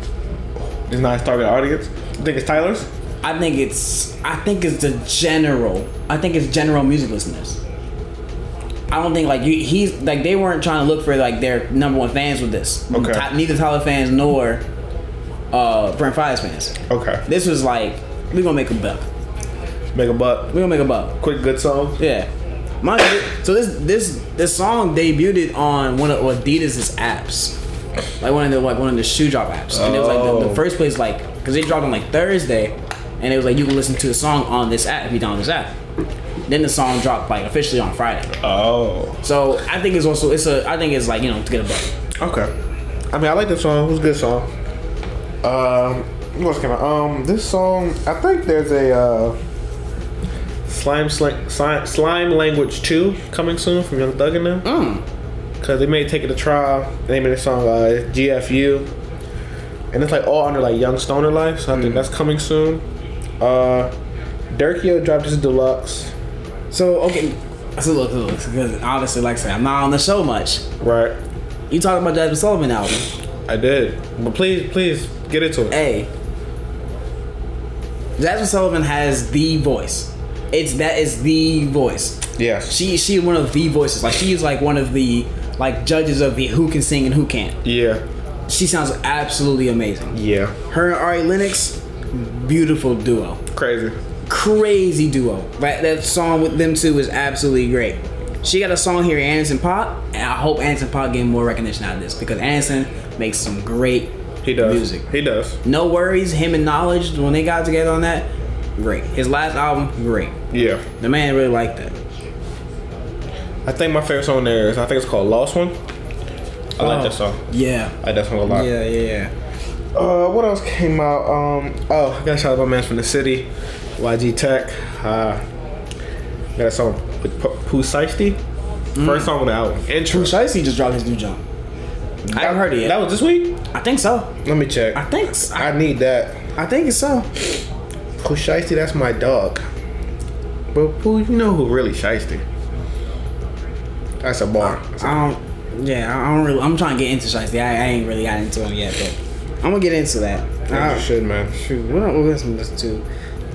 S2: It's not his target audience. You think it's Tyler's?
S3: I think it's I think it's the general. I think it's general music listeners. I don't think like you, he's like they weren't trying to look for like their number one fans with this.
S2: Okay.
S3: Ty- neither Tyler fans nor uh Brent Fires fans.
S2: Okay.
S3: This was like we gonna make a buck.
S2: Make a buck.
S3: We gonna make a buck.
S2: Quick, good song.
S3: Yeah. My, so this this this song debuted on one of Adidas' apps, like one of the like one of the shoe drop apps, and it was like the,
S2: Oh.
S3: the first place like because they dropped on like Thursday, and it was like you can listen to the song on this app if you download this app. Then the song dropped like officially on Friday.
S2: Oh.
S3: So I think it's also it's a I think it's like you know to get a buck.
S2: Okay. I mean, I like this song. It was a good song. Um, what else came out? Um, this song. I think there's a uh, slime slang, slime slime language two coming soon from Young Thug and them. Cause they may take it to trial. They made a song uh, GFU, and it's like all under like Young Stoner life. So I think that's coming soon. Uh, Durkio dropped his deluxe.
S3: So okay, so look, look, because obviously like I said I'm not on the show much.
S2: Right.
S3: You talking about Jasmine Sullivan album?
S2: I did. But please, please get it to it.
S3: Hey, Jasmine Sullivan has the voice. It's that is the voice.
S2: Yes.
S3: She she is one of the voices. Like she is like one of the like judges of the who can sing and who can't.
S2: Yeah.
S3: She sounds absolutely amazing.
S2: Yeah.
S3: Her and Ari Lennox, beautiful duo,
S2: Crazy.
S3: crazy duo. That that song with them two is absolutely great. She got a song here, Anderson Pop, and I hope Anderson Pop getting more recognition out of this because Anderson makes some great
S2: He does.
S3: music.
S2: He does.
S3: No worries, him and Knowledge, when they got together on that, great. His last album, great.
S2: Yeah.
S3: The man really liked that.
S2: I think my favorite song there is I think it's called Lost One. I like
S3: Oh.
S2: that song.
S3: Yeah.
S2: I like that song a lot.
S3: Yeah, yeah, yeah.
S2: Uh, what else came out? Um, oh, I got a shout out my man from the city, YG Tech. Uh, got a song with P- Pooh Shiesty. First song on the album. Intro.
S3: Mm. Shiesty just dropped his new jump. I haven't heard it yet.
S2: That was this week.
S3: I think so.
S2: Let me check.
S3: I
S2: I,
S3: think so. I,
S2: need that.
S3: I think so.
S2: Pooh Shiesty, that's my dog. But Pooh, you know who really Shiesty? That's a bar.
S3: I don't. Yeah, I don't really. I'm trying to get into Shiesty. I, I ain't really got into him yet, but I'm gonna get into that.
S2: Yeah,
S3: Uh,
S2: you should, man.
S3: shoot, what else- what else am I listening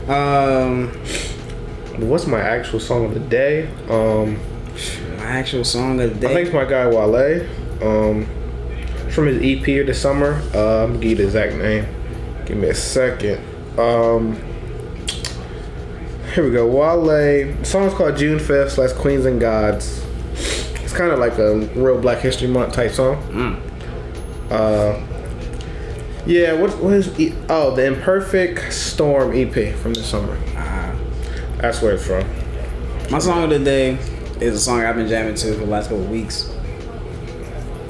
S3: to? Um,
S2: What's my actual song of the day? Um,
S3: my actual song of the
S2: I
S3: day.
S2: think it's my guy Wale. Um, it's from his EP of the summer. Uh, I'm gonna give you the exact name. Give me a second. Um, here we go. Wale. The song's called June 5th slash Queens and Gods. It's kind of like a real Black History Month type song. Uh, yeah. What what is? E- oh, the Imperfect Storm EP from the summer. That's where it's from.
S3: My song of the day is a song I've been jamming to for the last couple of weeks.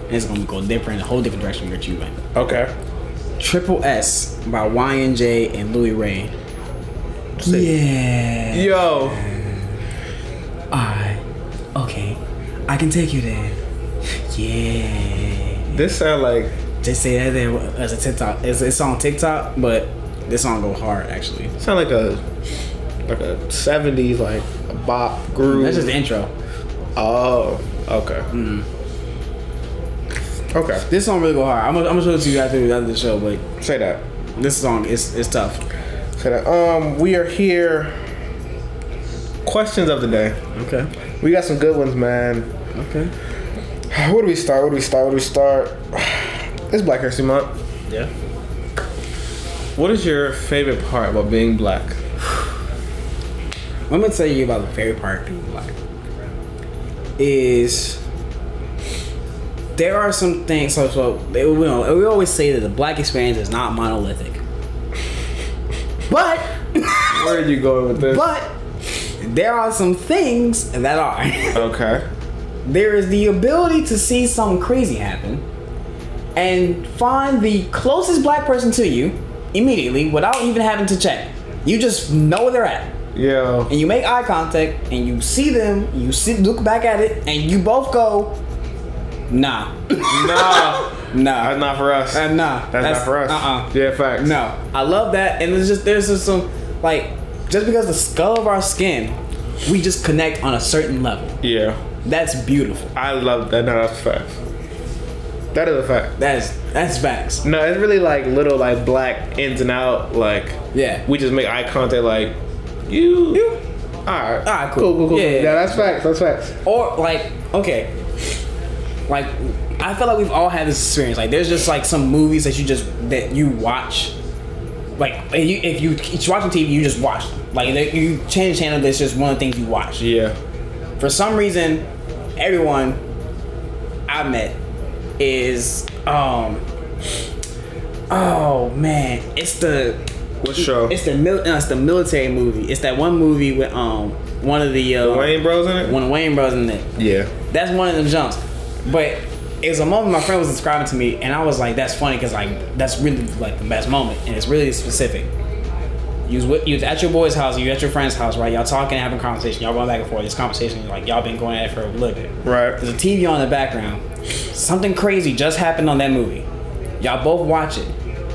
S3: And it's gonna go different, a whole different direction with you, man.
S2: Okay.
S3: Triple S by YNJ and Louis Ray. Yeah.
S2: Yo.
S3: Alright. Okay. I can take you there. Yeah.
S2: This sound like
S3: They say that there as a TikTok. It's, it's on TikTok, but this song go hard actually.
S2: sound like a like a seventies like a bop groove.
S3: That's just Mm. the intro.
S2: oh, okay. Okay,
S3: This song really go hard. I'm gonna, I'm gonna show it to you after after the show, but
S2: say that.
S3: this song is it's tough.
S2: Say that. Um, we are here. Questions of the day.
S3: Okay.
S2: We got some good ones, man.
S3: Okay.
S2: Where do we start? Where do we start? Where do we start? <sighs> It's Black History Month.
S3: Yeah.
S2: What is your favorite part about being black?
S3: I'm gonna tell you about the favorite part of being black. Is there are some things. So, so they, you know, we always say that the black experience is not monolithic, but
S2: Where are you going with this?
S3: but there are some things that are. <laughs>
S2: Okay.
S3: there is the ability to see something crazy happen and find the closest black person to you immediately without even having to check. You just know where they're at <laughs>
S2: Yeah.
S3: and you make eye contact and you see them, you sit look back at it, and you both go, nah, <laughs>
S2: Nah,
S3: nah,
S2: that's not for us.
S3: Uh, nah,
S2: that's, not for us.
S3: Uh-uh.
S2: Yeah, facts.
S3: No, I love that, and it's just there's just some like just because the skull of our skin, we just connect on a certain level.
S2: Yeah,
S3: That's beautiful.
S2: I love that. No, that's facts. That is a fact.
S3: That's that's facts.
S2: No, it's really like little like black ins and out. Like
S3: Yeah.
S2: we just make eye contact. Like you,
S3: You.
S2: All right, all
S3: Alright, cool.
S2: cool, cool, cool.
S3: Yeah,
S2: Yeah,
S3: yeah, yeah.
S2: that's facts. That's facts.
S3: or like okay like i feel like we've all had this experience like there's just like some movies that you just that you watch like if you if you keep watching tv you just watch them. like they- you change the channel that's just one of the things you watch
S2: Yeah,
S3: for some reason everyone i met is um oh man it's the
S2: what show?
S3: it's the mil- no, it's the military movie it's that one movie with um one of the uh
S2: Wayne Bros in it.
S3: one of Wayne Bros in it
S2: yeah,
S3: that's one of them jumps. But it was a moment my friend was describing to me, and I was like, "That's funny," because like that's really like the best moment, and it's really specific. You was, with, you was at your boy's house, you at your friend's house, right? Y'all talking, having a conversation, y'all going back and forth. This conversation, like y'all been going at it for a little bit.
S2: Right.
S3: There's a TV on in the background. Something crazy just happened on that movie. Y'all both watch it.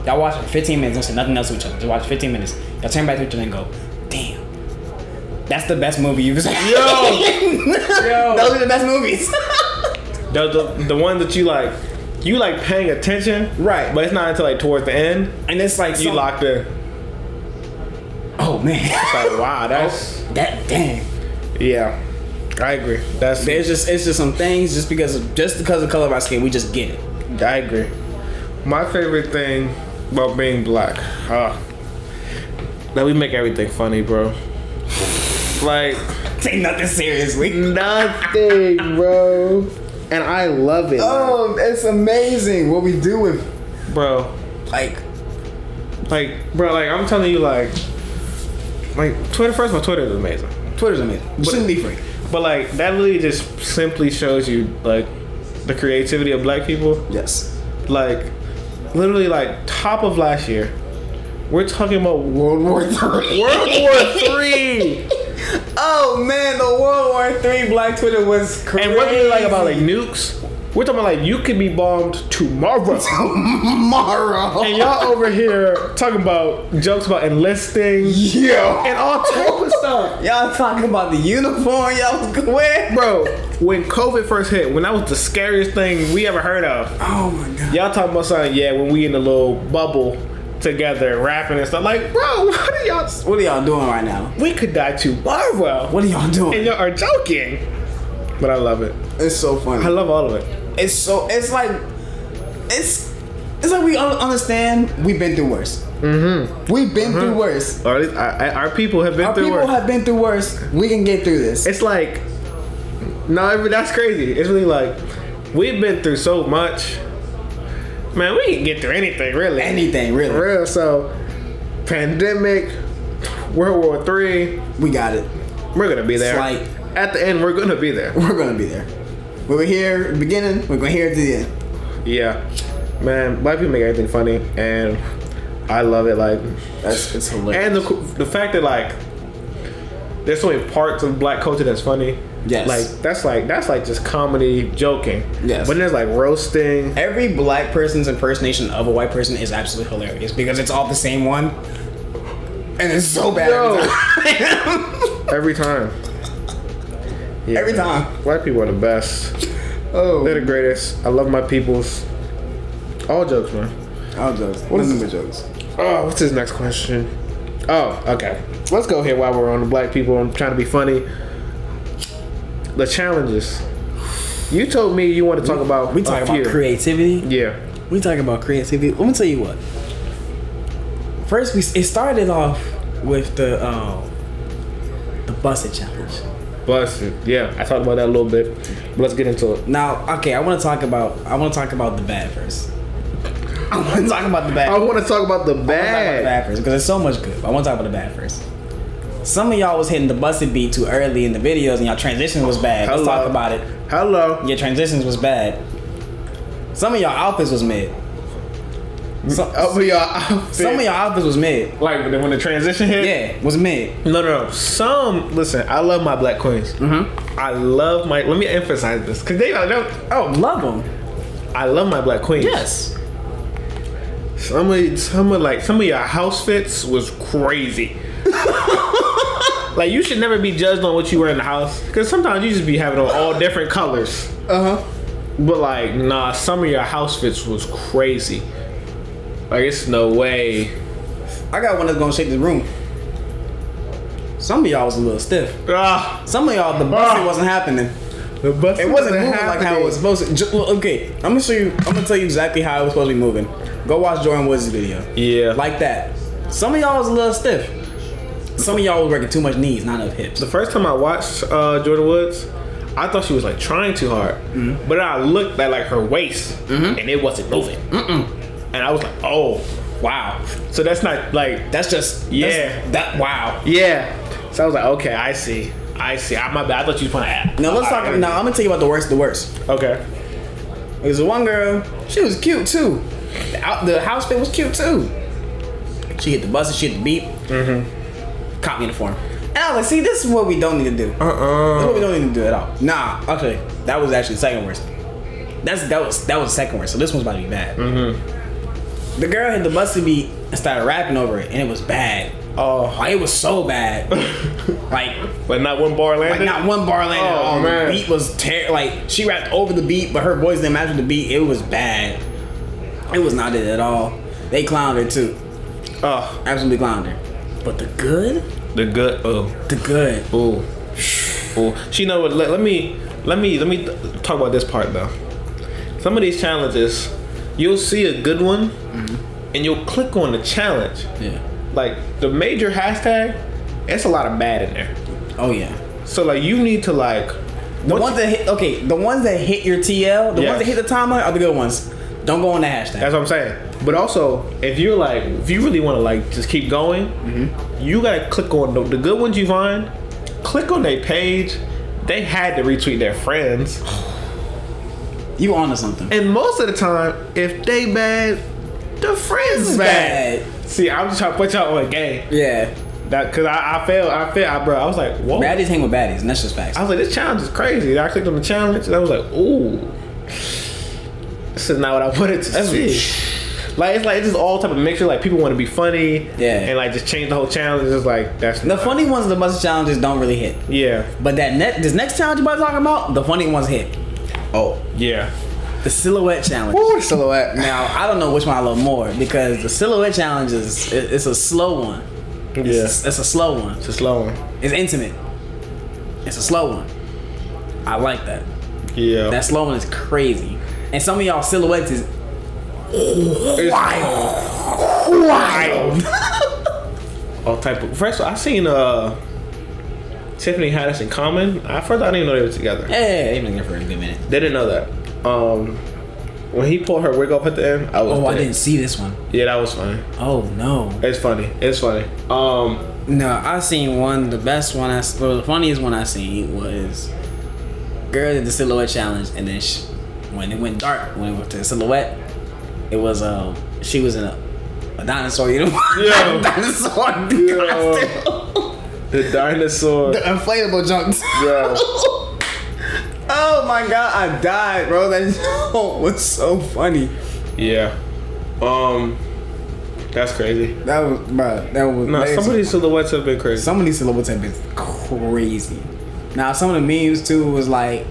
S3: Y'all watch it for 15 minutes. Don't say nothing else to each other. Just watch 15 minutes. Y'all turn back to each other and go, "Damn, that's the best movie you've seen." <laughs>
S2: Yo.
S3: those are the best movies. <laughs>
S2: the, the the one that you like, you like paying attention,
S3: Right.
S2: But it's not until like towards the end
S3: And it's like
S2: you
S3: some-
S2: locked
S3: <laughs>
S2: in.
S3: Oh man, <laughs>
S2: Like wow,
S3: Oh.
S2: that's
S3: that damn.
S2: yeah. I agree. That's
S3: There's just it's just some things just because of, just because of the color of our skin, we just get it.
S2: I agree. My favorite thing about being black, huh? That we make everything funny, bro. Like
S3: Take nothing seriously.
S2: nothing, bro. And I love it,
S3: Oh, it's amazing what we do with <laughs>
S2: bro.
S3: like
S2: Like, bro, like I'm telling you, like, like Twitter. First of all, Twitter is amazing,
S3: Twitter's amazing. It shouldn't be free.
S2: but like that really just simply shows you like the creativity of black people.
S3: Yes.
S2: Like, literally, like top of last year, we're talking about World War Three. World War Three.
S3: <laughs> Oh man, the World War Three Black Twitter was crazy.
S2: And what do you like about like nukes? We're talking about like you could be bombed
S3: <laughs>
S2: tomorrow.
S3: tomorrow?
S2: and y'all over here talking about jokes about enlisting
S3: Yo,
S2: and all type of stuff.
S3: y'all talking about the uniform y'all was wearing?
S2: Bro, when COVID first hit, when that was the scariest thing we ever heard of,
S3: Oh my god.
S2: y'all talking about something, yeah, when we in the little bubble together rapping and stuff. Like, bro, <laughs> what are y'all
S3: What are y'all doing right now?
S2: we could die tomorrow.
S3: What are y'all
S2: and
S3: doing?
S2: y'all are joking. But I love it.
S3: It's so funny.
S2: I love all of it.
S3: It's so it's like it's it's like we un- understand we've been through worse. Mm-hmm. We've been through worse.
S2: Or at least I, I, our people have been
S3: Our
S2: through
S3: people
S2: worse.
S3: have been through worse. We can get through this.
S2: it's like no I mean, that's crazy it's really like we've been through so much man we can get through anything really
S3: Anything really?
S2: For real so pandemic world war three
S3: We got it.
S2: we're gonna be there
S3: like-
S2: at the end we're gonna be there
S3: We're gonna be there. We were here at the beginning. We're gonna hear it to the end.
S2: yeah man black people make everything funny and i love it like
S3: That's it's hilarious.
S2: and the, the fact that like there's so many parts of black culture that's funny
S3: Yes.
S2: like that's like that's like just comedy joking
S3: Yes.
S2: but there's like roasting
S3: Every black person's impersonation of a white person is absolutely hilarious because it's all the same one, and it's so bad
S2: Yo. Every time. Yeah.
S3: <laughs> every time.
S2: Black people are the best.
S3: Oh,
S2: They're the greatest. I love my peoples. All jokes, man.
S3: I'll jokes. What is the jokes?
S2: Oh, what's his next question? Oh, okay. Let's go here while we're on the black people. I'm trying to be funny. The challenges. You told me you want to talk about.
S3: We
S2: a
S3: talk about
S2: few.
S3: creativity.
S2: Yeah.
S3: We talking about creativity. Let me tell you what. First, we it started off with the um, the busted challenge.
S2: Busted. Yeah, I talked about that a little bit. But let's get into it.
S3: Now, okay, I want to talk about I want to talk about the bad first. <laughs> I want to talk about the bad.
S2: I want to talk about the bad.
S3: bad first because there's so much good. But I want to talk about the bad first. Some of y'all was hitting the busted beat too early in the videos, and y'all transition was bad. Let's
S2: Hello.
S3: talk about it.
S2: Hello.
S3: Your transitions was bad. Some of y'all outfits was mid. Some,
S2: Up for y'all.
S3: some of y'all outfits was mid.
S2: Like when the transition hit.
S3: Yeah, was mid.
S2: No, no, no. Some listen. I love my black queens. Mm-hmm. I love my. Let me emphasize this because they I don't. Oh,
S3: Love them.
S2: I love my black queens.
S3: Yes.
S2: Some of some of like some of your house fits was crazy. like you should never be judged on what you wear in the house because sometimes you just be having on all different colors.
S3: Uh huh.
S2: But like, nah, some of your house fits was crazy. Like, it's no way.
S3: I got one that's gonna shake the room. Some of y'all was a little stiff.
S2: Ah,
S3: Some of y'all, the busting
S2: Ah.
S3: wasn't happening.
S2: the bus
S3: It wasn't moving like how it was supposed to. Ju- well, okay, I'm gonna show you. I'm gonna tell you exactly how it was supposed to be moving. Go watch Jordan Woods' video.
S2: Yeah.
S3: like that. Some of y'all was a little stiff. Some of y'all was working too much knees, not enough hips.
S2: The first time I watched uh, Jordan Woods, I thought she was like trying too hard, but then I looked at like her waist, and it wasn't moving. And I was like, oh, wow. So that's not like
S3: That's just that's-
S2: Yeah.
S3: that wow.
S2: Yeah. So I was like, okay, I see. I see. I, my bad. I thought you was playing app.
S3: Now let's talk. Now I'm gonna tell you about the worst. of The worst.
S2: Okay.
S3: There's one girl. She was cute too. The, out, the house fit was cute too. She hit the bus and she hit the beep. Mm-hmm. Caught me in the form. And I was like, see, this is what we don't need to do. That's what
S2: Uh-uh.
S3: we don't need to do at all. Nah, okay, that was actually the second worst. That's that was that was the second worst. So this one's about to be bad. The girl hit the busty beat and started rapping over it, and it was bad.
S2: Oh.
S3: Like it was so <laughs> bad. like
S2: But not one bar
S3: like
S2: landed?
S3: not one bar landed.
S2: Oh,
S3: at all.
S2: man.
S3: The beat was ter- like she rapped over the beat, but her voice didn't match with the beat. It was bad. It was not it at all. They clowned her too.
S2: Oh.
S3: Absolutely clowned her. But the good,
S2: The good. Oh.
S3: the good.
S2: Ooh. Ooh. She know what? Let, let me let me let me th- talk about this part though. Some of these challenges, you'll see a good one, and you'll click on the challenge.
S3: Mm-hmm. Yeah.
S2: Like the major hashtag, it's a lot of bad in there.
S3: Oh yeah.
S2: So like you need to like.
S3: The ones that hit, okay, the ones that hit your TL, the
S2: Yes.
S3: ones that hit the timeline are the good ones. Don't go on the hashtag.
S2: That's what I'm saying. But also, if you're like, if you really want to like just keep going,
S3: Mm-hmm.
S2: you gotta click on the, the good ones you find. Click on their page. They had to retweet their friends,
S3: You onto something.
S2: and most of the time, if they bad, the friends is bad. See, I'm just trying to put y'all on a game.
S3: Yeah.
S2: That cause I, I failed. I failed. I, bro, I was like, whoa.
S3: Oh. Baddies hang with baddies, and that's just facts.
S2: I was like, this challenge is crazy. And I clicked on the challenge, and I was like, ooh, this is not what I <laughs> wanted to
S3: That's-
S2: see. Like it's like it's just all type of mixture. Like people want to be funny,
S3: Yeah.
S2: and like just change the whole challenge. It's just like that's
S3: The funny ones, the bus challenges don't really hit.
S2: yeah,
S3: But that net, this next challenge you about to talk about, the funny ones hit. Oh.
S2: yeah.
S3: The silhouette challenge.
S2: silhouette.
S3: Now, I don't know which one I love more because the silhouette challenge is, it- it's a slow one.
S2: Yeah,
S3: It's, it's a slow one.
S2: it's a slow one.
S3: It's intimate. It's a slow one. I like that.
S2: Yeah,
S3: That slow one is crazy. And some of y'all silhouettes is
S2: It's
S3: wild.
S2: wild. <laughs> all type of. First, of all, I seen uh Tiffany Haddish and Common. At first, I didn't even know they were together.
S3: Yeah, they've been there for a good minute.
S2: They didn't know that. Um, when he pulled her wig off at the end, I was.
S3: Oh, I
S2: dead.
S3: didn't see this one.
S2: Yeah, that was funny.
S3: Oh no.
S2: It's funny. It's funny. Um,
S3: No, I seen one. The best one I, s- well, the funniest one I seen was girl did the silhouette challenge, and then she, when it went dark, when it went to the silhouette, it was um she was in a, a dinosaur uniform. <laughs>
S2: Yo.
S3: dinosaur
S2: Yo.
S3: costume. <laughs>
S2: the dinosaur.
S3: The inflatable junks.
S2: Yo.
S3: oh my god, I died, bro. That <laughs> joke was so funny.
S2: yeah. Um, that's crazy.
S3: That was, bro. That was.
S2: No,
S3: that is-
S2: some of these silhouettes have been crazy.
S3: some of these syllables have been crazy. Now some of the memes too was like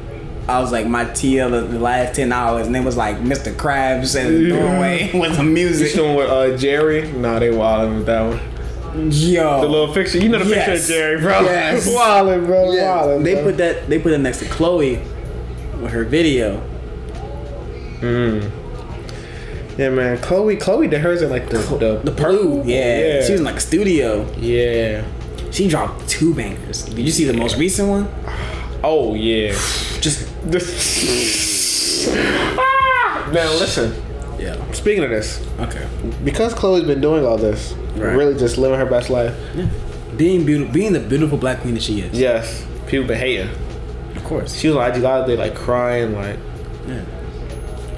S3: I was like my TL the, the last ten hours and it was like Mr. Krabs and the
S2: Yeah.
S3: doorway <laughs> with the
S2: This
S3: music.
S2: one with uh, Jerry. Nah, they wildin' with that one.
S3: Yo.
S2: The little picture. You know the picture
S3: Yes.
S2: of Jerry, bro. <laughs>
S3: Yes.
S2: Wildin', bro.
S3: Yeah,
S2: Wildin'.
S3: they
S2: bro.
S3: put that they put it next to Chloe with her video.
S2: Yeah, man. Chloe. Chloe did hers in like the.
S3: The
S2: the
S3: Peru. Yeah.
S2: Yeah.
S3: She was in like a studio.
S2: yeah.
S3: She dropped two bangers. Did you see the most recent one?
S2: Oh yeah.
S3: Just
S2: This- <laughs> Ah! Now listen.
S3: Yeah.
S2: Speaking of this,
S3: Okay.
S2: because Chloe's been doing all this,
S3: Right.
S2: really just living her best life.
S3: Being beautiful being the beautiful black queen that she is.
S2: Yes, people been hating.
S3: Of course.
S2: She was on IG live, they like crying, like,
S3: Yeah.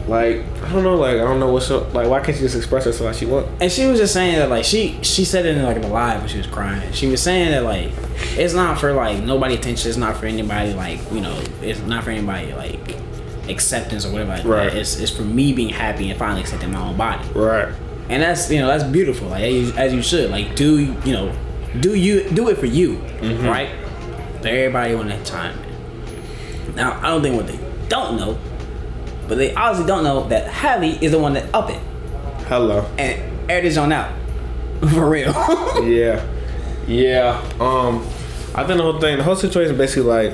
S2: like I don't know, like I don't know what's up. Like, why can't she just express herself like she want?
S3: And she was just saying that like she she said it in like the live when she was crying. She was saying that like it's not for like nobody attention. It's not for anybody like you know. It's not for anybody like acceptance or whatever. Like
S2: Right.
S3: That. It's it's for me being happy and finally accepting my own body.
S2: Right.
S3: And that's you know that's beautiful. Like as you, as you should like do you know do you do it for you right? For everybody on that time. Now I don't think what they don't know But they obviously don't know that Hallie is the one that up it
S2: Hello.
S3: and aired this on out. <laughs> For real.
S2: Yeah. Yeah. Um I think the whole thing the whole situation basically like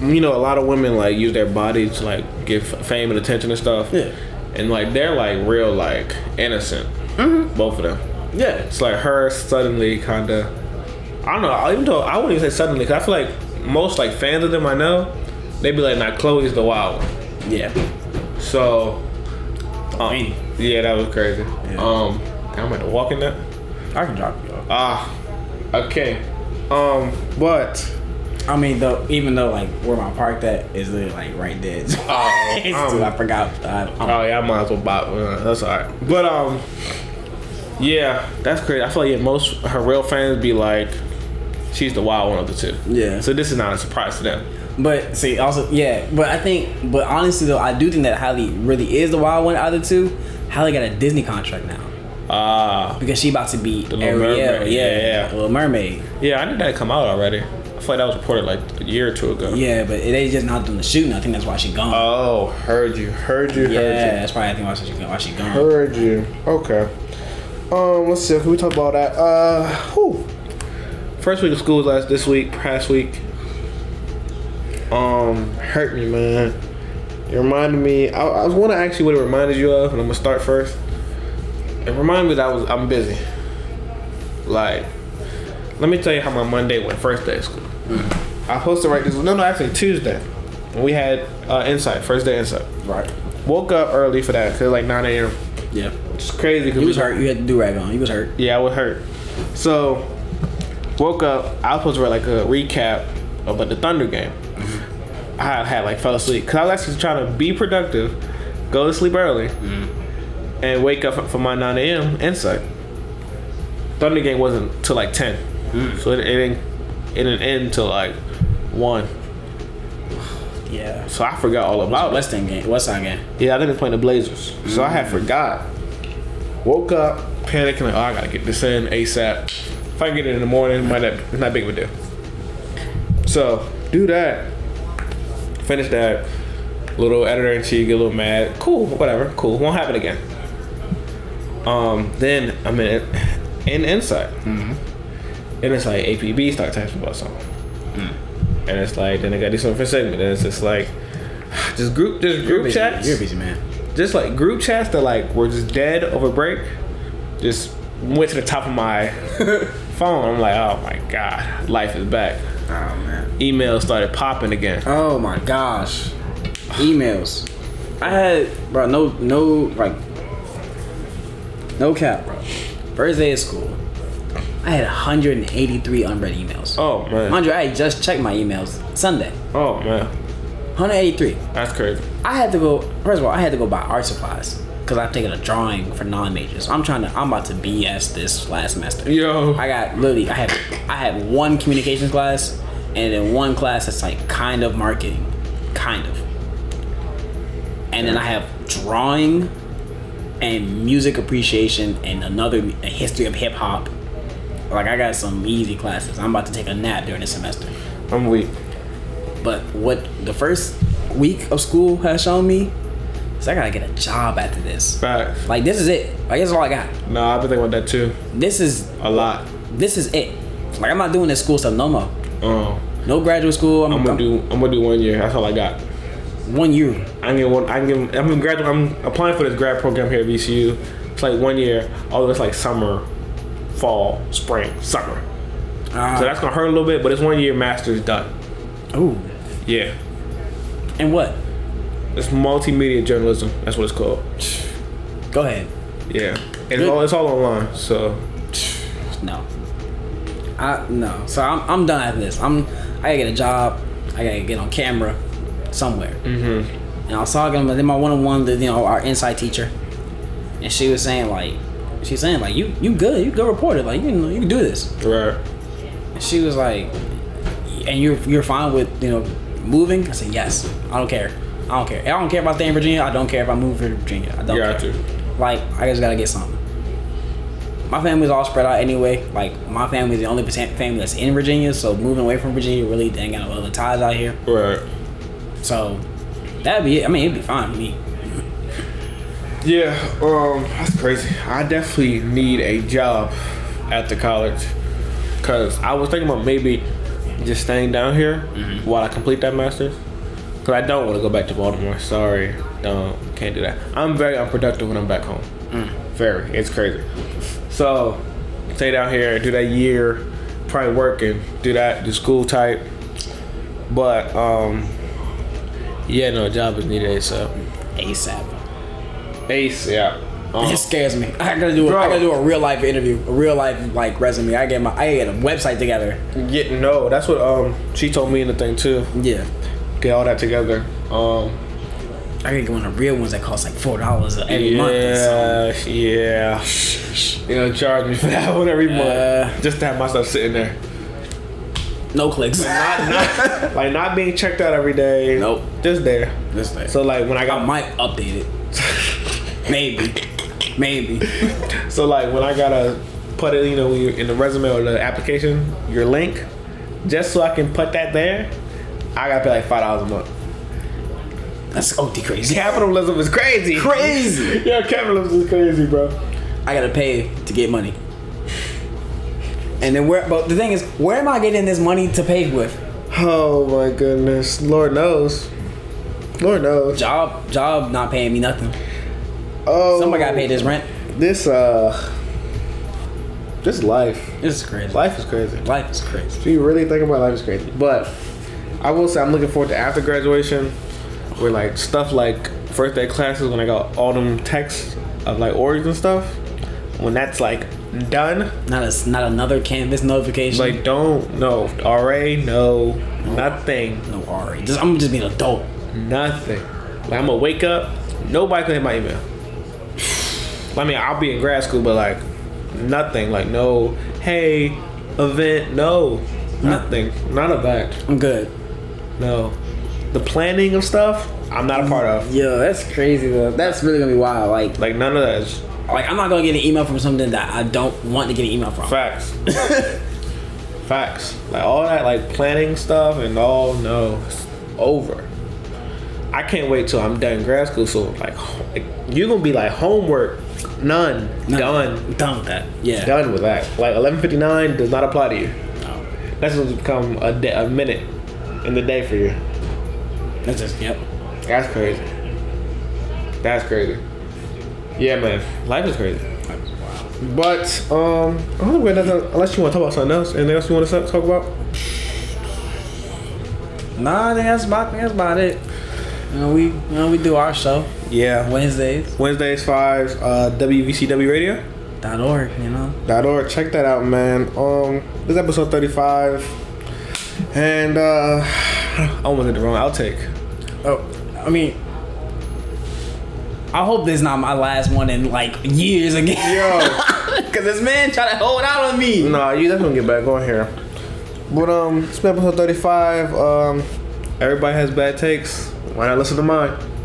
S2: you know, a lot of women like use their body to like get f- fame and attention and stuff.
S3: Yeah.
S2: And like they're like real like innocent.
S3: Mm-hmm.
S2: Both of them.
S3: <laughs> yeah.
S2: It's like her suddenly kind of. I don't know. I- Even though I wouldn't even say suddenly, 'cause I feel like most like fans of them I know, they be like, "Nah, Chloe's the wild one."
S3: Yeah.
S2: So, um,
S3: Mean.
S2: yeah, that was crazy.
S3: Oh, Yeah.
S2: Um, I'm gonna walk in that.
S3: I can drop you off.
S2: Ah, okay. Um, but
S3: I mean, though, even though like where my parked at is literally like right there. <laughs>
S2: Oh,
S3: It's-
S2: um,
S3: I forgot. Uh, I, I'm-
S2: Oh yeah, I might as well bop. Uh, that's alright. But um, yeah, that's crazy. I feel like yeah, most her real fans be like, she's the wild one of the two.
S3: Yeah.
S2: So this is not a surprise to them.
S3: But see, also yeah. But I think, but honestly though, I do think that Holly really is the wild one out of the two. Holly got a Disney contract now
S2: Ah,
S3: because she about to be the
S2: Little
S3: Ariel,
S2: Mermaid,
S3: yeah,
S2: yeah, yeah.
S3: Little Mermaid,
S2: yeah, I knew that had come out already. I feel like that was reported like a year or two ago.
S3: yeah. But they just not doing the shooting. I think that's why she gone.
S2: Oh, heard you, heard you,
S3: yeah,
S2: heard you,
S3: that's probably I think why she gone. Why she gone?
S2: heard you. Okay. Um, let's see. Can we talk about that? Uh, whew. first week of school was last this week, past week. Um, hurt me, man. It reminded me. I, I was want to ask you what it reminded you of, and I'm gonna start first. It reminded me that I was I'm busy. Like, let me tell you how my Monday went. First day of school. I was supposed to write this. No, no, actually Tuesday. We had uh, insight. First day insight.
S3: Right.
S2: Woke up early for that. Cause like 9 a.m.
S3: Yeah.
S2: It's crazy. Cause
S3: You was hurt. You had to do rag on. You was hurt.
S2: yeah, I was hurt. So, woke up. I was supposed to write like a recap about the Thunder game.
S3: Mm-hmm.
S2: I had like fell asleep because I was actually trying to be productive, go to sleep early,
S3: Mm-hmm.
S2: and wake up for my 9 a.m. insight. Thunder game wasn't till like 10,
S3: Mm.
S2: so it, it didn't it didn't end till like one.
S3: Yeah.
S2: So I forgot all about it.
S3: West End game. West Side game.
S2: Yeah, I think they're playing the Blazers. So I had forgot. Woke up, panicking, like, oh, I gotta get this in ASAP. If I can get it in the morning, might not, it's not big of a deal. So, do that. Finish that. Little editor in chief, get a little mad. Cool, whatever, cool. Won't happen again. Um, then I'm in, in Insight. And it's like APB start texting about something. And it's like, then I gotta do something for segment. And it's just like, <sighs> just group, just
S3: You're a
S2: group
S3: busy-
S2: chats
S3: You're a busy man.
S2: just like group chats that like were just dead over break just went to the top of my <laughs> phone. I'm like, oh my god, life is back.
S3: Oh man.
S2: Emails started popping again.
S3: Oh my gosh. Emails. I had bro no no like no cap, bro. First day of school. I had 183 unread emails.
S2: Oh man.
S3: 100 I had just checked my emails Sunday.
S2: Oh man.
S3: 183.
S2: That's crazy.
S3: I had to go first of all, I had to go buy art supplies. Cause I've taken a drawing for non-majors. I'm trying to. I'm about to BS this last semester.
S2: Yo.
S3: I got literally. I had. I had one communications class, and then one class that's like kind of marketing, kind of. And then I have drawing, and music appreciation, and another a history of hip hop. Like I got some easy classes. I'm about to take a nap during the semester.
S2: I'm weak.
S3: But what the first week of school has shown me is I gotta get a job after this.
S2: Facts.
S3: Like this is it. Like this is all I got.
S2: No, I've been thinking about that too.
S3: This is
S2: A lot.
S3: this is it. Like I'm not doing this school stuff no more.
S2: Um,
S3: No graduate school. I'm,
S2: I'm gonna do. I'm gonna do one year. That's all I got.
S3: one year.
S2: I'm getting one. I'm getting. I'm in grad. I'm applying for this grad program here at VCU. It's like one year. Although it's like summer, fall, spring, summer. So
S3: Uh,
S2: that's gonna hurt a little bit, but it's one year master's done.
S3: ooh.
S2: Yeah.
S3: And what?
S2: It's multimedia journalism. That's what it's called.
S3: Go ahead.
S2: Yeah. And it's all, it's all online. So
S3: No. I no. So I'm I'm done after this. I'm I gotta get a job. I gotta get on camera somewhere. Mm-hmm. And I was talking to then my one on one, you know, our inside teacher, and she was saying like, she was saying like, you you good, you good reporter, like you know you can do this.
S2: right.
S3: And she was like, and you're you're fine with you know moving. I said yes. I don't care. I don't care. I don't care if I stay in Virginia. I don't care if I move to Virginia. I don't
S2: Yeah, I
S3: care.
S2: do.
S3: Like I just gotta get something. My family's all spread out anyway. Like my family's the only percent family that's in Virginia, so moving away from Virginia really ain't got no other ties out here.
S2: Right.
S3: So That'd be it. I mean, it'd be fine with me.
S2: Yeah, um, that's crazy. I definitely need a job after college because I was thinking about maybe just staying down here while I complete that master's. Because I don't want to go back to Baltimore. Sorry, no, can't do that. I'm very unproductive when I'm back home. Very, it's crazy. So stay down here, do that year, probably working, do that, do school type. But um, yeah, no, a job is needed. So
S3: ASAP.
S2: ace, yeah. Um,
S3: It scares me. I gotta do. A, I
S2: Bro.
S3: gotta do a real life interview, a real life like resume. I get my. I get a website together.
S2: Yeah, no, that's what um she told me in the thing too.
S3: Yeah.
S2: Get all that together. Um,
S3: I gotta get one of the real ones that cost like four dollars every month. or something.
S2: yeah, yeah. You know, charge me for that <laughs> one every
S3: Uh.
S2: month just to have myself sitting there,
S3: No clicks. <laughs>
S2: like not being checked out every day.
S3: Nope.
S2: just there.
S3: This thing.
S2: So like when I
S3: I
S2: got <laughs>
S3: might update it. Maybe. Maybe.
S2: so like when I gotta put it, you know, when you in the resume or the application, your link, just so I can put that there, I gotta pay like five dollars a month.
S3: That's OD crazy.
S2: Capitalism is crazy.
S3: Crazy.
S2: <laughs> yeah, capitalism is crazy, bro.
S3: I gotta pay to get money. And then where? But the thing is, where am I getting this money to pay with?
S2: Oh my goodness. Lord knows. Lord knows.
S3: Job, job, not paying me nothing.
S2: Oh
S3: Somebody gotta pay this rent.
S2: This uh this life.
S3: This is crazy.
S2: Life
S3: Life,
S2: is crazy.
S3: life is crazy.
S2: If you really think about life is crazy. But I will say I'm looking forward to after graduation where like stuff like first day classes when I got all them texts of like orders and stuff. When that's like done,
S3: Not a, not another canvas notification.
S2: like don't no RA, no, nothing.
S3: no worry. Just, I'm just being an adult.
S2: Nothing. Like I'm gonna wake up, nobody can hit my email. I mean, I'll be in grad school, but like nothing. Like no, hey, event, no, nothing. None of that.
S3: I'm good.
S2: No. The planning of stuff, I'm not a part of.
S3: Yo, that's crazy though. That's really gonna be wild. Like,
S2: Like none of that is
S3: like I'm not gonna get an email from something that I don't want to get an email from.
S2: facts. facts. Like all that, like planning stuff and all. No, it's over. I can't wait till I'm done grad school. So like, like you're gonna be like homework, none,
S3: No,
S2: done.
S3: I'm done with that. Yeah.
S2: done with that. Like 11:59 does not apply to you.
S3: No.
S2: That's going to become a, day, a minute in the day for you.
S3: That's just yep.
S2: That's crazy. That's crazy. Yeah, man, life is crazy. But um, I don't know where nothing, unless you want to talk about something else. Anything else you want to talk about?
S3: Nah, I think that's about I think that's about it. You know, we you know, we do our show
S2: Yeah.
S3: Wednesdays
S2: Wednesdays five uh, WVCW Radio.
S3: dot org. You know,
S2: dot org. Check that out, man. Um, this is episode thirty five, and uh, <sighs> I almost did the wrong outtake.
S3: oh, I mean, I hope this is not my last one in like years again.
S2: <laughs>
S3: <laughs>
S2: Yo.
S3: Cause this man trying to hold out on me.
S2: Nah, you definitely get back on here. But um, it's been episode thirty-five. Um, everybody has bad takes. Why not listen to mine?